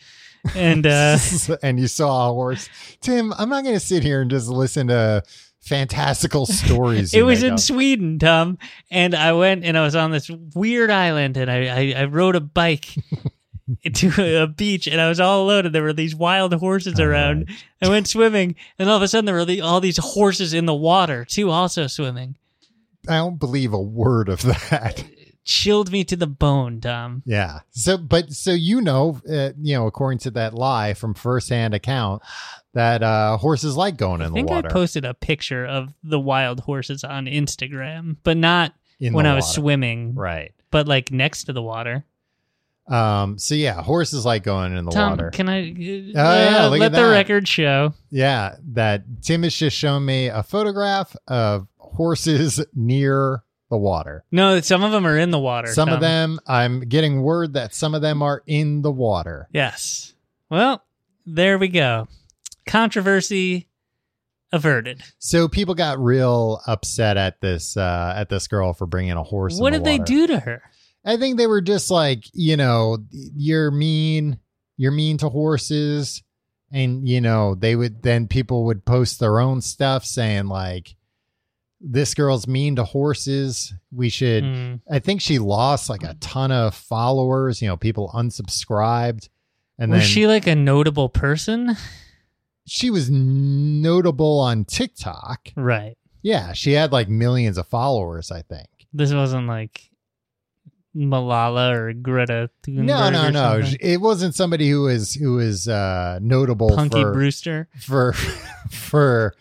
And [laughs] uh, and you saw a horse. Tim, I'm not going to sit here and just listen to [laughs] fantastical stories. it you was make in up. Sweden, Tom. And I went and I was on this weird island and I, I, I rode [laughs] a bike. to a beach and I was all alone and there were these wild horses around. I went swimming and all of a sudden there were the, all these horses in the water too also swimming. I don't believe a word of [laughs] that. chilled me to the bone, Tom. Yeah. So, but so you know, uh, you know, according to that lie from firsthand account, that uh, horses like going in I think the water. I posted a picture of the wild horses on Instagram, but not in when the I was water. swimming, right? but like next to the water. Um. So yeah, horses like going in the Tom, water. Oh, can I uh, yeah, look let at the that. record show? Yeah, that Tim has just shown me a photograph of horses near the water. No, some of them are in the water. Some of Tom. them, I'm getting word that some of them are in the water. Yes. Well, there we go. Controversy averted. So people got real upset at this uh, at this girl for bringing a horse. in what the did they water. do to her? I think they were just like, you know, you're mean, you're mean to horses, and you know they would then people would post their own stuff saying like, this girl's mean to horses. We should. Hmm. I think she lost like Mm. a ton of followers. You know, people unsubscribed, and was then she like a notable person? she was notable on TikTok. Right. Yeah, she had like millions of followers, I think. This wasn't like Malala or Greta Thunberg. No, no, or no. something. It wasn't somebody who is who is uh notable Punky for [laughs] Brewster. for for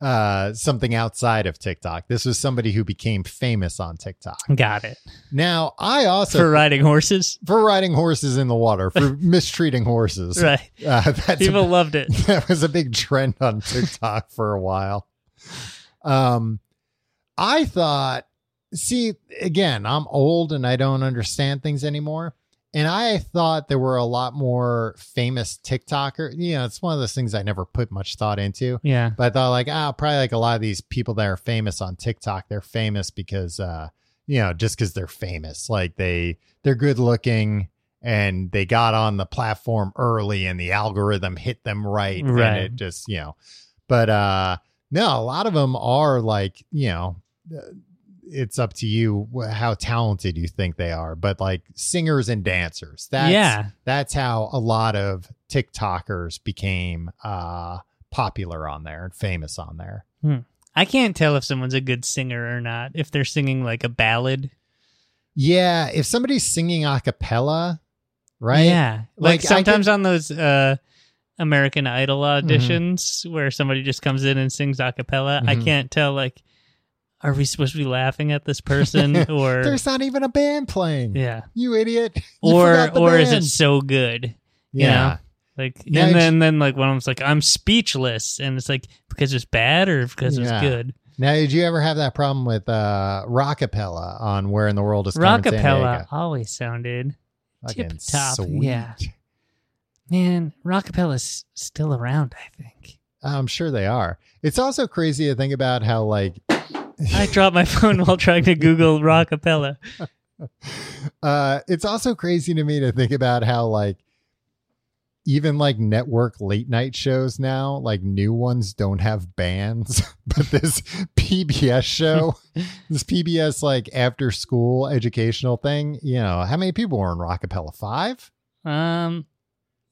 uh, something outside of TikTok. This was somebody who became famous on TikTok. [laughs] Got it. Now, I also For riding horses. for riding horses in the water, [laughs] for mistreating horses. Right. Uh, [laughs] that's a- People loved it. [laughs] that was a big trend on TikTok for a while. Um, I thought, see, again, I'm old and I don't understand things anymore. And I thought there were a lot more famous TikToker. You know, it's one of those things I never put much thought into. Yeah. But I thought like, ah, probably like a lot of these people that are famous on TikTok, they're famous because uh, you know, just because they're famous. Like they they're good looking and they got on the platform early and the algorithm hit them right. Right. And it just, you know. But uh no, a lot of them are like, you know, uh, it's up to you wh- how talented you think they are, but like singers and dancers. That's yeah. that's how a lot of TikTokers became uh, popular on there and famous on there. I can't tell if someone's a good singer or not. If they're singing like a ballad. Yeah, if somebody's singing a cappella, right? Yeah. Like, Like, I get- Mm-hmm. sometimes on those uh American Idol auditions where somebody just comes in and sings a cappella, I Mhm. can't tell like are we supposed to be laughing at [laughs] this person or There's not even a band playing. yeah. You idiot. [laughs] You Or forgot the or is it band. so good? you Yeah. Like Now and you then then like one of them's like I'm speechless and it's like because it's bad or because Yeah. it's good. Now, did you ever have that problem with uh, rockapella on Where in the World is Carmen Rockapella Sandiego? always sounded Fucking tip top, sweet. yeah. man. Rockapella's still around, I [laughs] think. I'm sure they are. It's also crazy to think about how like I dropped my phone while trying to Google rockapella. uh it's also crazy to me to think about how like even like network late night shows now like new ones don't have bands [laughs] but this pbs show this pbs like after school educational thing you know how many people were in rockapella five Um,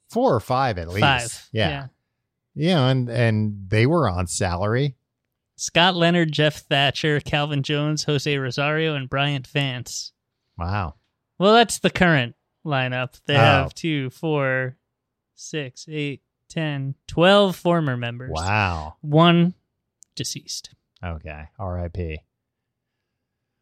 four or five at least five. yeah. you know and and they were on salary Scott Leonard, Jeff Thatcher, Calvin Jones, Jose Rosario, and Bryant Vance. wow Well, that's the current lineup. They Oh. have two, four, six, eight, ten, twelve former members. wow One deceased. Okay. R.I.P.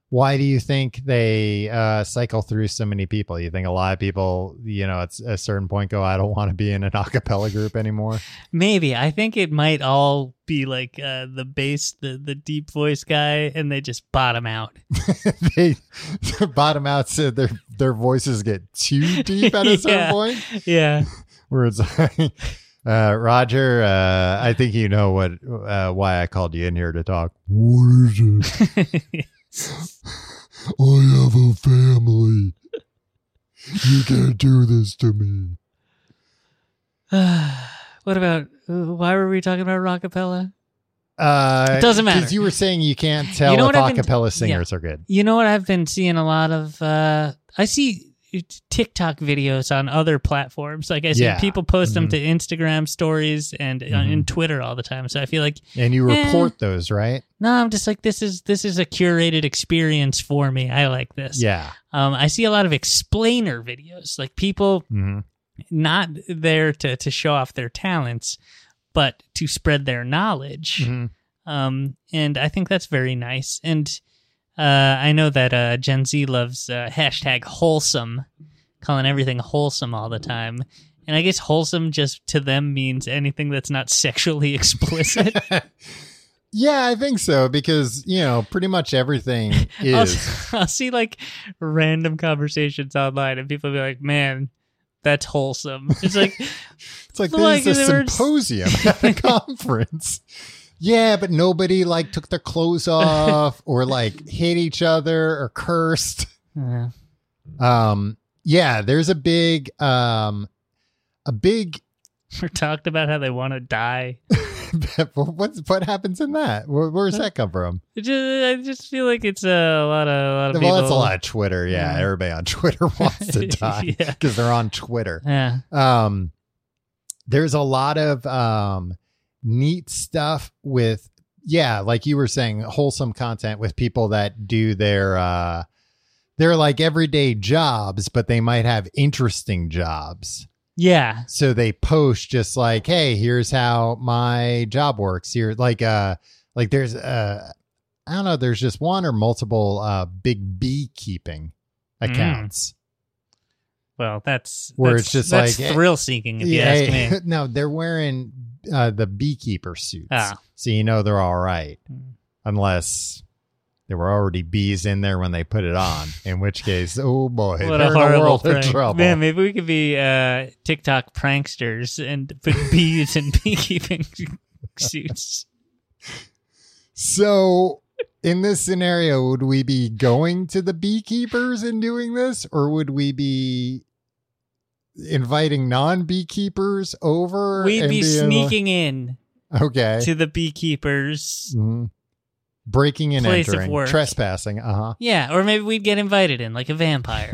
Why do you think they uh, cycle through so many people? You think a lot of people, you know, at a certain point go, I don't want to be in an [laughs] a cappella group anymore. [laughs] Maybe I think it might all be like uh, the bass, the the deep voice guy, and they just bottom out. [laughs] they bottom out so their their voices get too deep at a certain [laughs] Yeah. point. Yeah, [laughs] [sighs] Where it's like, [laughs] uh, Roger, uh, I think you know what uh, why I called you in here to talk. What is it? I have a family. You can't do this to me. what about uh, why were we talking about rockapella? Uh, It doesn't matter. because you were saying you can't tell You know if what I've been- acapella singers are good. You know what I've been seeing a lot of. Uh, I see TikTok videos on other platforms. Like I see Yeah. people post Mhm. them to Instagram stories and on Mhm. in Twitter all the time. So I feel like And you Eh. report those, right? no, I'm just like this is this is a curated experience for me. I like this. Yeah. Um, I see a lot of explainer videos, like people hmm not there to to show off their talents, but to spread their knowledge. Mm-hmm. um, and I think that's very nice. And uh, I know that uh, Gen Z loves uh, hashtag wholesome, calling everything wholesome all the time. And I guess wholesome just to them means anything that's not [laughs] sexually [laughs] explicit. [laughs] Yeah, I think so because you know pretty much everything I'll, is. [laughs] I'll see like random conversations online, and people be like, "Man, that's wholesome." [laughs] It's like, It's like this Like, is a they were just- symposium at [laughs] a conference. Yeah, but nobody like took their clothes off or like hit each other or cursed. uh, Um, yeah, there's a big, um, a big [laughs] we're talked about how they want to die. What's what happens in that? Where, where's that come from? It just, I just feel like it's uh, a lot of a lot of Well, people. that's a lot of Twitter. Yeah, Yeah. everybody on Twitter [laughs] wants to die [laughs] Yeah. because they're on Twitter. Yeah. Um, there's a lot of um neat stuff with yeah, like you were saying, wholesome content with people that do their uh, they're like everyday jobs, but they might have interesting jobs. Yeah. so they post just like hey here's how my job works here like uh like there's uh i don't know there's just one or multiple uh big beekeeping accounts Well, that's Where that's- it's just that's like, eh, thrill seeking if you ask me. [laughs] no they're wearing uh the beekeeper suits Ah. so you know they're all right unless there were already bees in there when they put it [laughs] on in which case oh boy [laughs] What they're a in a horrible world prank. of trouble Man, maybe we could be uh, TikTok pranksters and [laughs] put bees in beekeeping [laughs] suits. So, in this scenario, would we be going to the beekeepers and doing this, or would we be inviting non beekeepers over? We'd and be being sneaking in like- okay, to the beekeepers. Mhm. breaking and Place of entering, work. trespassing. Uh huh. Yeah, or maybe we'd get invited in like [laughs] a vampire.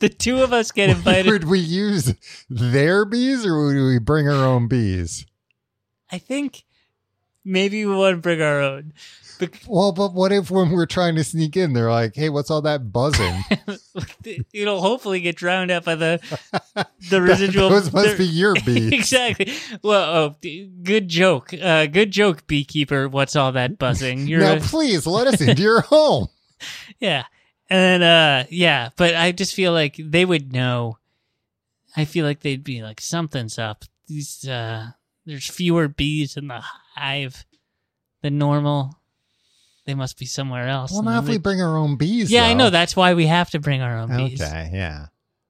The two of us get invited. Would we use their bees, or would we bring our own bees? I think maybe we want to bring our own. Bec- Well, but what if when we're trying to sneak in, they're like, "Hey, what's all that [laughs] buzzing? It'll hopefully get drowned out [laughs] by the the residual. Those must be the- [laughs] your bees." exactly. Well, oh, d- good joke. Uh, good joke, beekeeper. What's all [laughs] that buzzing? You're now, a- please let us into your home. [laughs] yeah, and uh, yeah. But I just feel like they would know. I feel like they'd be like something's up. These uh, there's fewer bees in the hive than normal. They must be somewhere else. Well, and not then if we they- bring our own bees. yeah, I though. know. That's why we have to bring our own bees. Okay, yeah.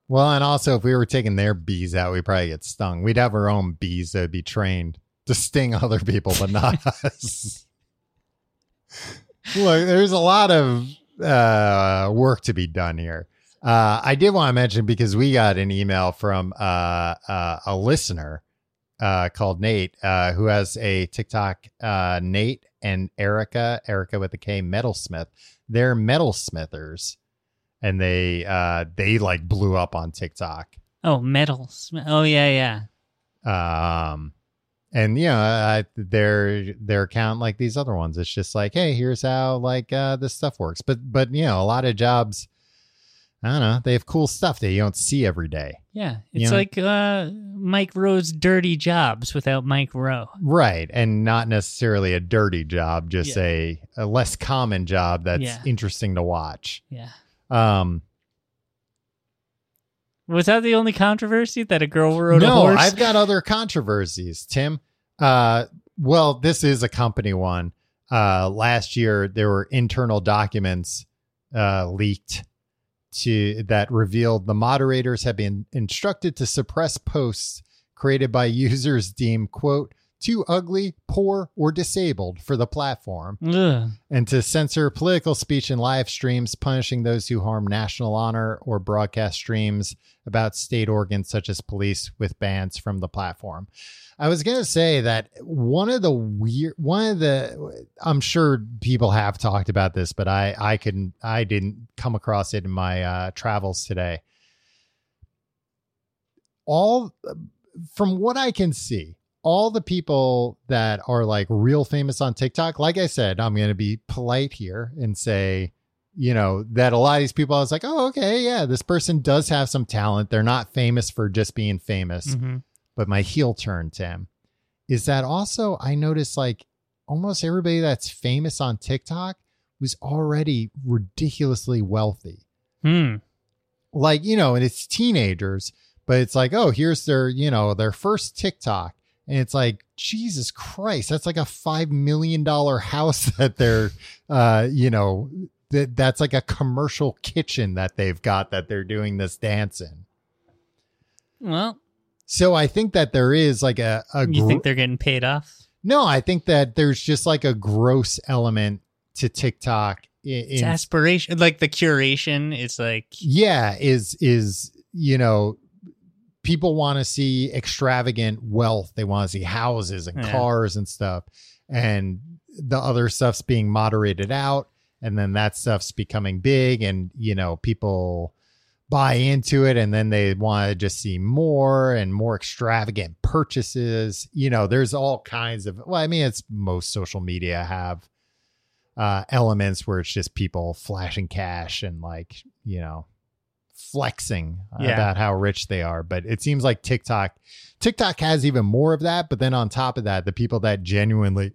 Well, and also if we were taking their bees out, we'd probably get stung. We'd have our own bees that'd be trained to sting other people, but not us. Look, there's a lot of uh, work to be done here. Uh, I did want to mention because we got an email from uh, uh, a listener uh, called Nate, uh, who has a TikTok. Uh, Nate and Erica, Erica with a K, metalsmith. They're metalsmithers, and they uh, they like blew up on TikTok. Oh, metal. sm- Oh, yeah, yeah. Um, and you know, I, their their account like these other ones. It's just like, hey, here's how like uh, this stuff works. But but you know, a lot of jobs. I don't know. They have cool stuff that you don't see every day. Yeah, it's Yeah. like uh, Mike Rowe's dirty jobs without Mike Rowe. Right. And not necessarily a dirty job, just Yeah. a, a less common job that's Yeah. interesting to watch. Yeah. Um, Was that the only controversy that a girl rode a no, horse? I've got other controversies, Tim. Uh, well, this is a company one. Uh, last year, there were internal documents uh, leaked to that revealed the moderators had been instructed to suppress posts created by [laughs] users deemed quote too ugly, poor, or disabled for the platform. Ugh. and to censor political speech and live streams, punishing those who harm national honor or broadcast streams about state organs such as police with bans from the platform. I was going to say that one of the weird, one of the, I'm sure people have talked about this, but I, I couldn't, I didn't come across it in my uh, travels today. All, from what I can see, all the people that are like real famous on TikTok, like I said, I'm going to be polite here and say, you know, that a lot of these people, I was like, oh, okay, yeah, this person does have some talent. They're not famous for just being famous. Mhm. But my heel turn, Tim, is that also I noticed like almost everybody that's famous on TikTok was already ridiculously wealthy Hmm. like you know and it's teenagers but it's like oh here's their you know their first tiktok and it's like jesus christ that's like a five million dollar house [laughs] that they're uh you know that that's like a commercial kitchen that they've got that they're doing this dance in Well, so i think that there is like a, a you gr- think they're getting paid off? no i think that there's just like a gross element to tiktok i- It's in aspiration. Like the curation is like, yeah is is you know people want to see extravagant wealth they want to see houses and Yeah. cars and stuff and the other stuff's being moderated out and then that stuff's becoming big and you know people buy into it and then they want to just see more and more extravagant purchases you know there's all kinds of well i mean it's most social media have uh elements where it's just people flashing cash and like you know flexing Yeah. about how rich they are. But it seems like TikTok, TikTok has even more of that. But then on top of that, the people that genuinely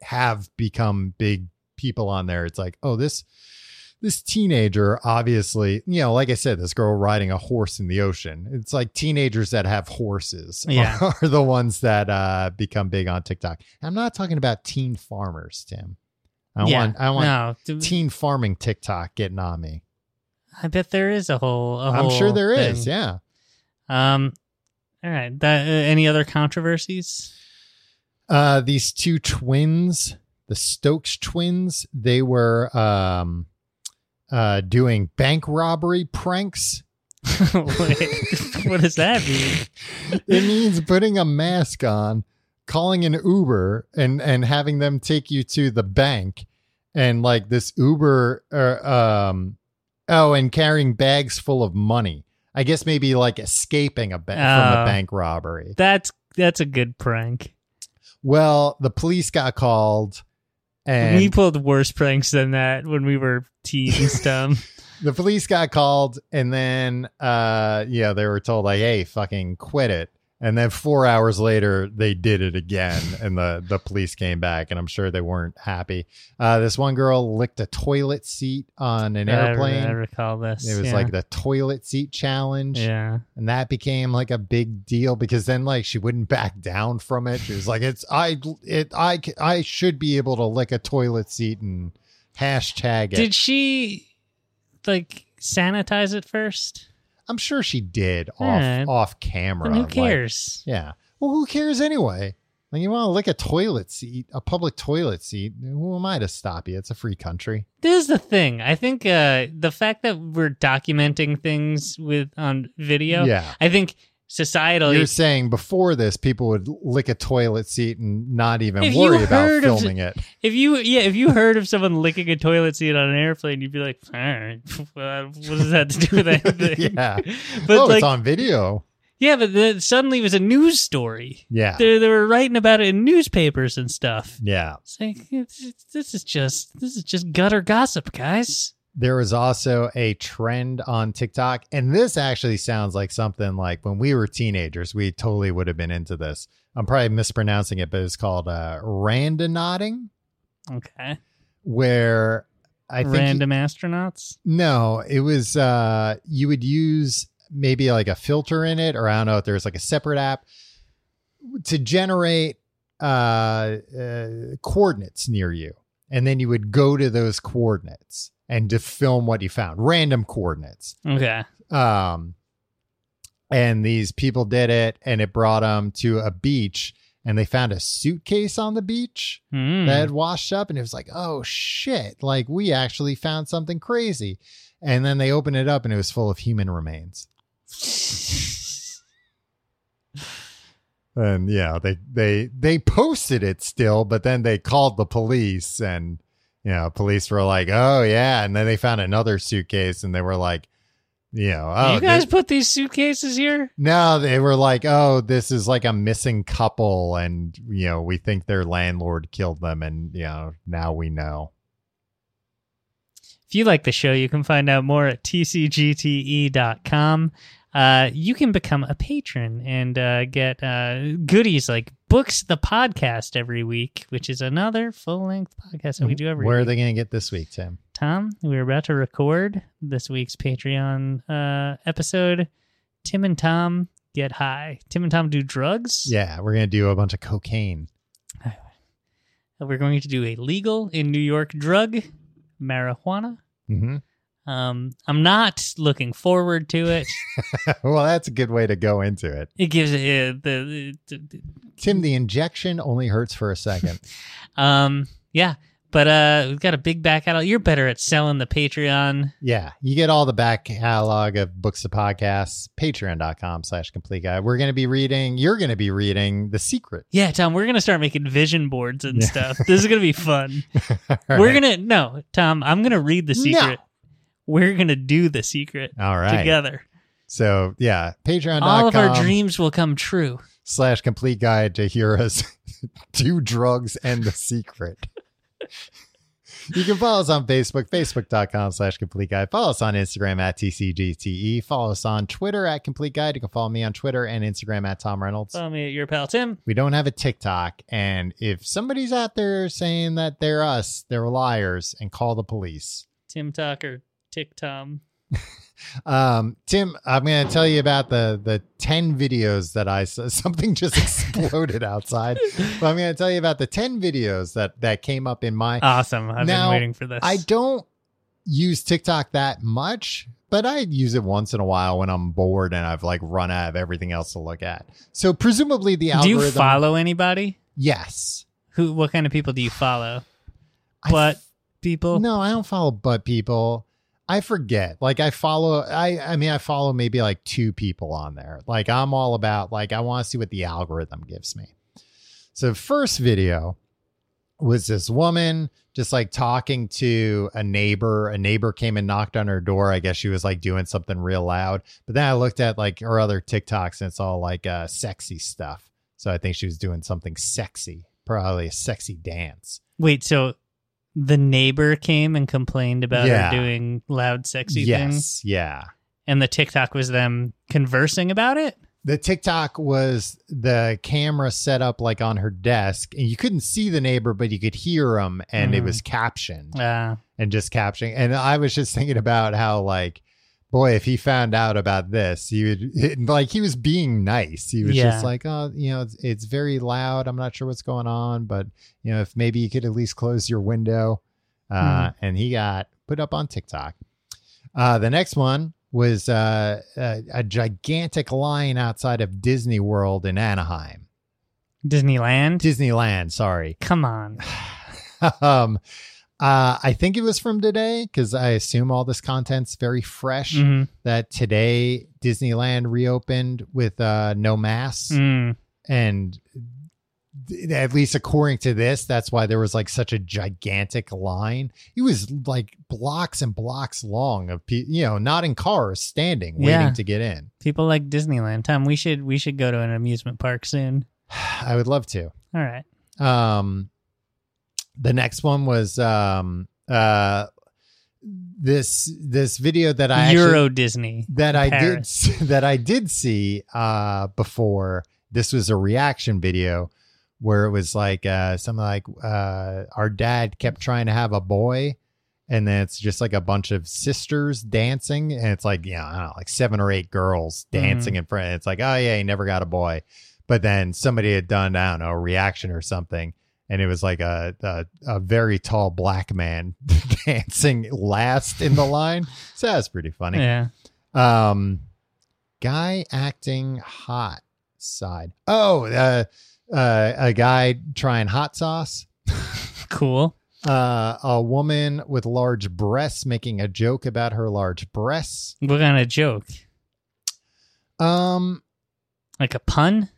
have become big people on there, it's like, oh, this this teenager obviously you know like i said this girl riding a horse in the ocean it's like teenagers that have horses [laughs] Yeah. are the ones that uh become big on tiktok i'm not talking about teen farmers tim i yeah. want i want No, d- teen farming tiktok getting on me I bet there is a whole. i i'm sure there is. Yeah. yeah Um. All right. That, uh, any other controversies? [laughs] uh these two twins the stokes twins they were um uh doing bank robbery pranks Wait, [laughs] what does that mean? it means putting a mask on, calling an Uber, and and having them take you to the bank, and like this Uber, or um, oh, and carrying bags full of money. I guess maybe like escaping a ba- from Oh. a bank robbery. That's that's a good prank. Well, the police got called, and we pulled worse pranks than that when we were teens, dumb. the police got called and then uh yeah they were told like hey fucking quit it and then four hours later they did it [laughs] again and the the police came back and i'm sure they weren't happy uh this one girl licked a toilet seat on [laughs] an I re- airplane I, recall this. it was yeah. like the toilet seat challenge yeah. and that became like a big deal because then like she wouldn't back down from it she was like it's i it i c- i should be able to lick a toilet seat and hashtag it Did she like sanitize it first? I'm sure she did off Yeah. off camera. Then who like- cares? yeah. Well, who cares anyway? Like you want to lick a toilet seat, a public toilet seat. Who am I to stop you? It's a free country. this is the thing. I think uh, the fact that we're documenting things with on video. Yeah. I think societally. You're saying before this, people would lick a toilet seat and not even If you worry about heard of- [laughs] filming it. [laughs] if you yeah, if you heard of someone licking a toilet seat on an airplane, you'd be like, all right, [laughs] well, what does that have to do with [laughs] anything? Yeah. But oh, like, it's on video. yeah, but then suddenly it was a news story. Yeah. They they were writing about it in newspapers and stuff. Yeah. It's like it's, it's- this is just this is just gutter gossip, guys. There is also a trend on TikTok, and this actually sounds like something like when we were teenagers, we totally would have been into this. I'm probably mispronouncing it, but it's called uh, randonauting, Okay, where I think random astronauts. no, it was uh, you would use maybe like a filter in it, or I don't know if there's like a separate app to generate uh, uh, coordinates near you, and then you would go to those coordinates and to film what you found, random coordinates Okay, um and these people did it and it brought them to a beach and they found a suitcase on the beach Hmm. that had washed up and it was like oh shit like we actually found something crazy and then they opened it up and it was full of human remains and yeah they they they posted it still but then they called the police and you know police were like oh yeah and then they found another suitcase and they were like you know oh you guys this- put these suitcases here? No, they were like, "Oh, this is like a missing couple, and you know, we think their landlord killed them, and you know, now we know." If you like the show, you can find out more at tcgte.com. E Uh, you can become a patron and uh, get uh, goodies like Books the Podcast every week, which is another full length podcast that we do every Mm-hmm. Where are week. they going to get this week, Tim? Tom, we're about to record this week's Patreon uh, episode. Tim and Tom get high. Tim and Tom do drugs. Yeah, we're going to do a bunch of cocaine. Uh, We're going to do a legal in New York drug, marijuana. hmm Um, I'm not looking forward to it. [laughs] well, that's a good way to go into it. It gives it uh, the, the, Tim, the injection only hurts for a second. the- um yeah, but uh we've got a big back catalog. You're better at selling the Patreon. yeah, you get all the back catalog of books of podcasts. Patreon.com slash complete guide. We're going to be reading. You're going to be reading The Secret. Yeah, Tom, we're gonna start making vision boards and Yeah. stuff. This is gonna [laughs] be fun. We're gonna no, Tom. I'm gonna read the No. secret. We're gonna do the secret all right. together. So yeah, Patreon.com. All of our dreams will come true. slash complete [laughs] guide to hear us do drugs and the secret. You can follow us on Facebook, facebook.com slash complete guide. Follow us on Instagram at TCGTE. E. Follow us on Twitter at complete guide. You can follow me on Twitter and Instagram at Tom Reynolds. Follow me at your pal Tim. we don't have a TikTok. And if somebody's out there saying that they're us, they're liars and call the police. Tim Talker, Tick Tom. Um, Tim, I'm going to tell you about the, the 10 videos that I saw. [laughs] Something [laughs] just exploded outside. But I'm going to tell you about the 10 videos that, that came up in my. Awesome. I've Now, been waiting for this. I don't use TikTok that much, but I use it once in a while when I'm bored and I've like run out of everything else to look at. So presumably the do algorithm. you follow anybody? Yes. Who? What kind of people do you follow? I But f- people. no, I don't follow butt people. I forget. Like I follow. I I mean I follow maybe like two people on there. Like I'm all about like I want to see what the algorithm gives me. So first video was this woman just like talking to a neighbor. A neighbor came and knocked on her door. I guess she was like doing something real loud. But then I looked at like her other TikToks and it's all like uh sexy stuff. So I think she was doing something sexy, probably a sexy dance. Wait. So the neighbor came and complained about Yeah. her doing loud, sexy things, yes, yeah. and the TikTok was them conversing about it. the TikTok was the camera set up like on her desk, and you couldn't see the neighbor, but you could hear him, and it Mhm. was captioned Uh, and just captioning. And I was just thinking about how like. Boy, if he found out about this, he would [laughs] like he was being nice. He was Yeah. just like, "Oh, you know, it's, it's very loud. I'm not sure what's going on, but you know, if maybe you could at least close your window." Uh, And he got put up on TikTok. Uh, the next one was uh, a, a gigantic lion outside of Disney World in Anaheim, Disneyland. Disneyland. Sorry. [laughs] Come on. um, uh, I think it was from today because I assume all this content's very fresh. Mhm. That today Disneyland reopened with uh, no masks, Mm. and th- at least according to this, that's why there was like such a gigantic line. It was like blocks and blocks long of people, you know, not in cars, standing waiting Yeah. to get in. [sighs] People like Disneyland. Tom, we should we should go to an amusement park soon. I would love to. All right. Um, the next one was um uh this this video that I actually- Euro Disney. that I did Paris. s- [laughs] that I did see uh before this was a reaction video where it was like uh something like uh our dad kept trying to have a boy and then it's just like a bunch of sisters dancing and it's like you know, I don't know like seven or eight girls dancing in front it's like oh yeah he never got a boy but then somebody had done I don't know a reaction or something and it was like a a, a very tall black man [laughs] dancing last in the line so that's pretty funny Yeah. um, guy acting hot side. Oh, uh, uh, a guy trying hot sauce. Cool. Uh, a woman with large breasts making a joke about her large breasts. What kind of joke? Um, Like a pun?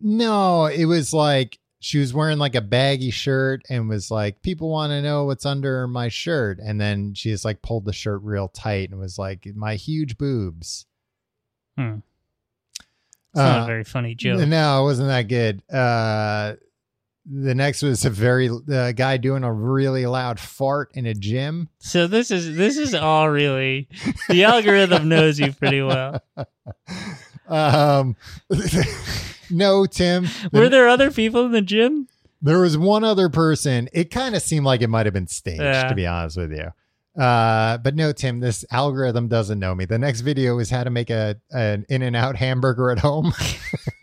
no, it was like she was wearing like a baggy shirt and was like, "People want to know what's under my shirt," and then she just like pulled the shirt real tight and was like, "My huge boobs." Uh, Hmm. It's not a very funny joke. No, it wasn't that good. Uh, the next was a very uh, guy doing a really loud fart in a gym. So this is this is all really [laughs] the algorithm knows you pretty well. Um, [laughs] no, Tim. Were there other people in the gym? There was one other person. It kind of seemed like it might have been staged, Yeah. to be honest with you. Uh, but no, Tim, this algorithm doesn't know me. The next video is how to make a an in and out hamburger at home.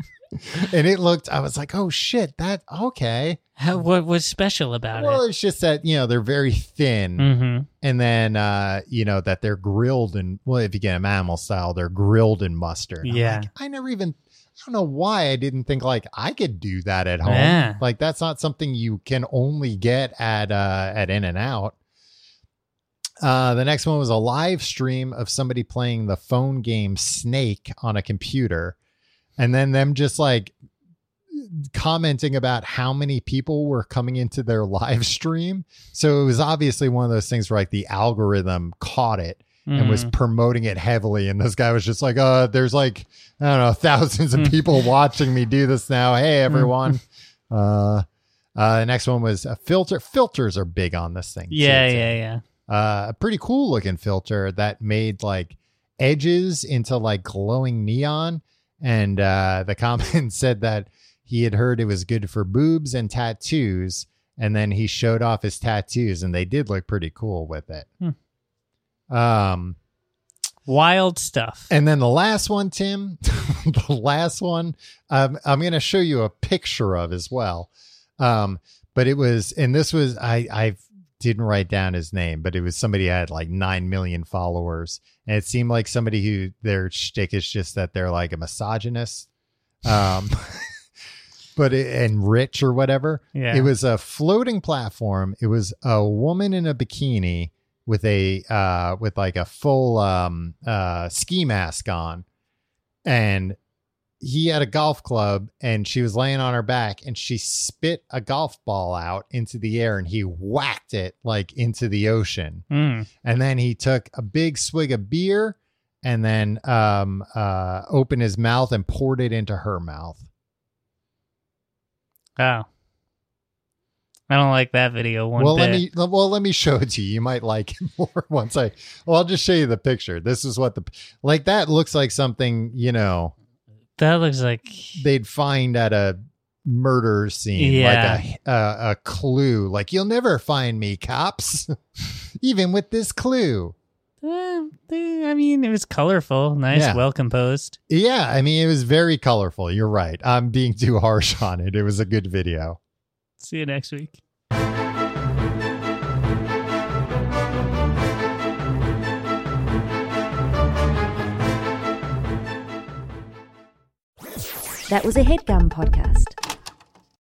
[laughs] and it looked, I was like, oh shit, that okay. How, what was special about Well, it? it's just that, you know, they're very thin. Mm-hmm. and then uh you know that they're grilled in well if you get them animal style they're grilled in mustard I'm Yeah. like, i never even i don't know why i didn't think like i could do that at home Yeah. like that's not something you can only get at uh at in and out uh the next one was a live stream of somebody playing the phone game snake on a computer and then them just like commenting about how many people were coming into their [laughs] live stream. So it was obviously one of those things where like the algorithm caught it and Hmm. Mm. was promoting it heavily. And this guy was just like, uh, there's like, I [laughs] Hmm. [laughs] don't know, thousands of people watching me do this now. Hey everyone. Uh Uh, the next one was a filter. Filters are big on this thing. too, Yeah, too. yeah, yeah. Uh, a pretty cool looking filter that made like edges into like glowing neon. And uh, the [laughs] comment said that he had heard it was good for boobs and tattoos. And then he showed off his tattoos, and they did look pretty cool with it. Hmm. Um, Wild stuff. and then the last one, Tim, [laughs] the last one, um, I'm going to show you a picture of as well. Um, but it was, and this was, I, I didn't write down his name, but it was somebody who had like 9 million followers. And it seemed like somebody who their shtick is just that they're like a misogynist. Um, [laughs] but it, and rich or whatever. Yeah. It was a floating platform. It was a woman in a bikini with a uh with like a full um uh ski mask on and he had a golf club and she was laying on her back and she spit a golf ball out into the air and he whacked it like into the ocean Mm. and then he took a big swig of beer and then um uh opened his mouth and poured it into her mouth Oh. I don't like that video one well bit. let me well let me show it to you you might like it [laughs] more once i well i'll just show you the picture this is what the like that looks like something you know that looks like they'd find at a murder scene Yeah. like a, a a clue like you'll never find me cops [laughs] even with this clue Eh, I mean, it was colorful, nice, Yeah. well composed. yeah i mean it was very colorful you're right i'm being too harsh on it it was a good video See you next week. That was a headgum podcast.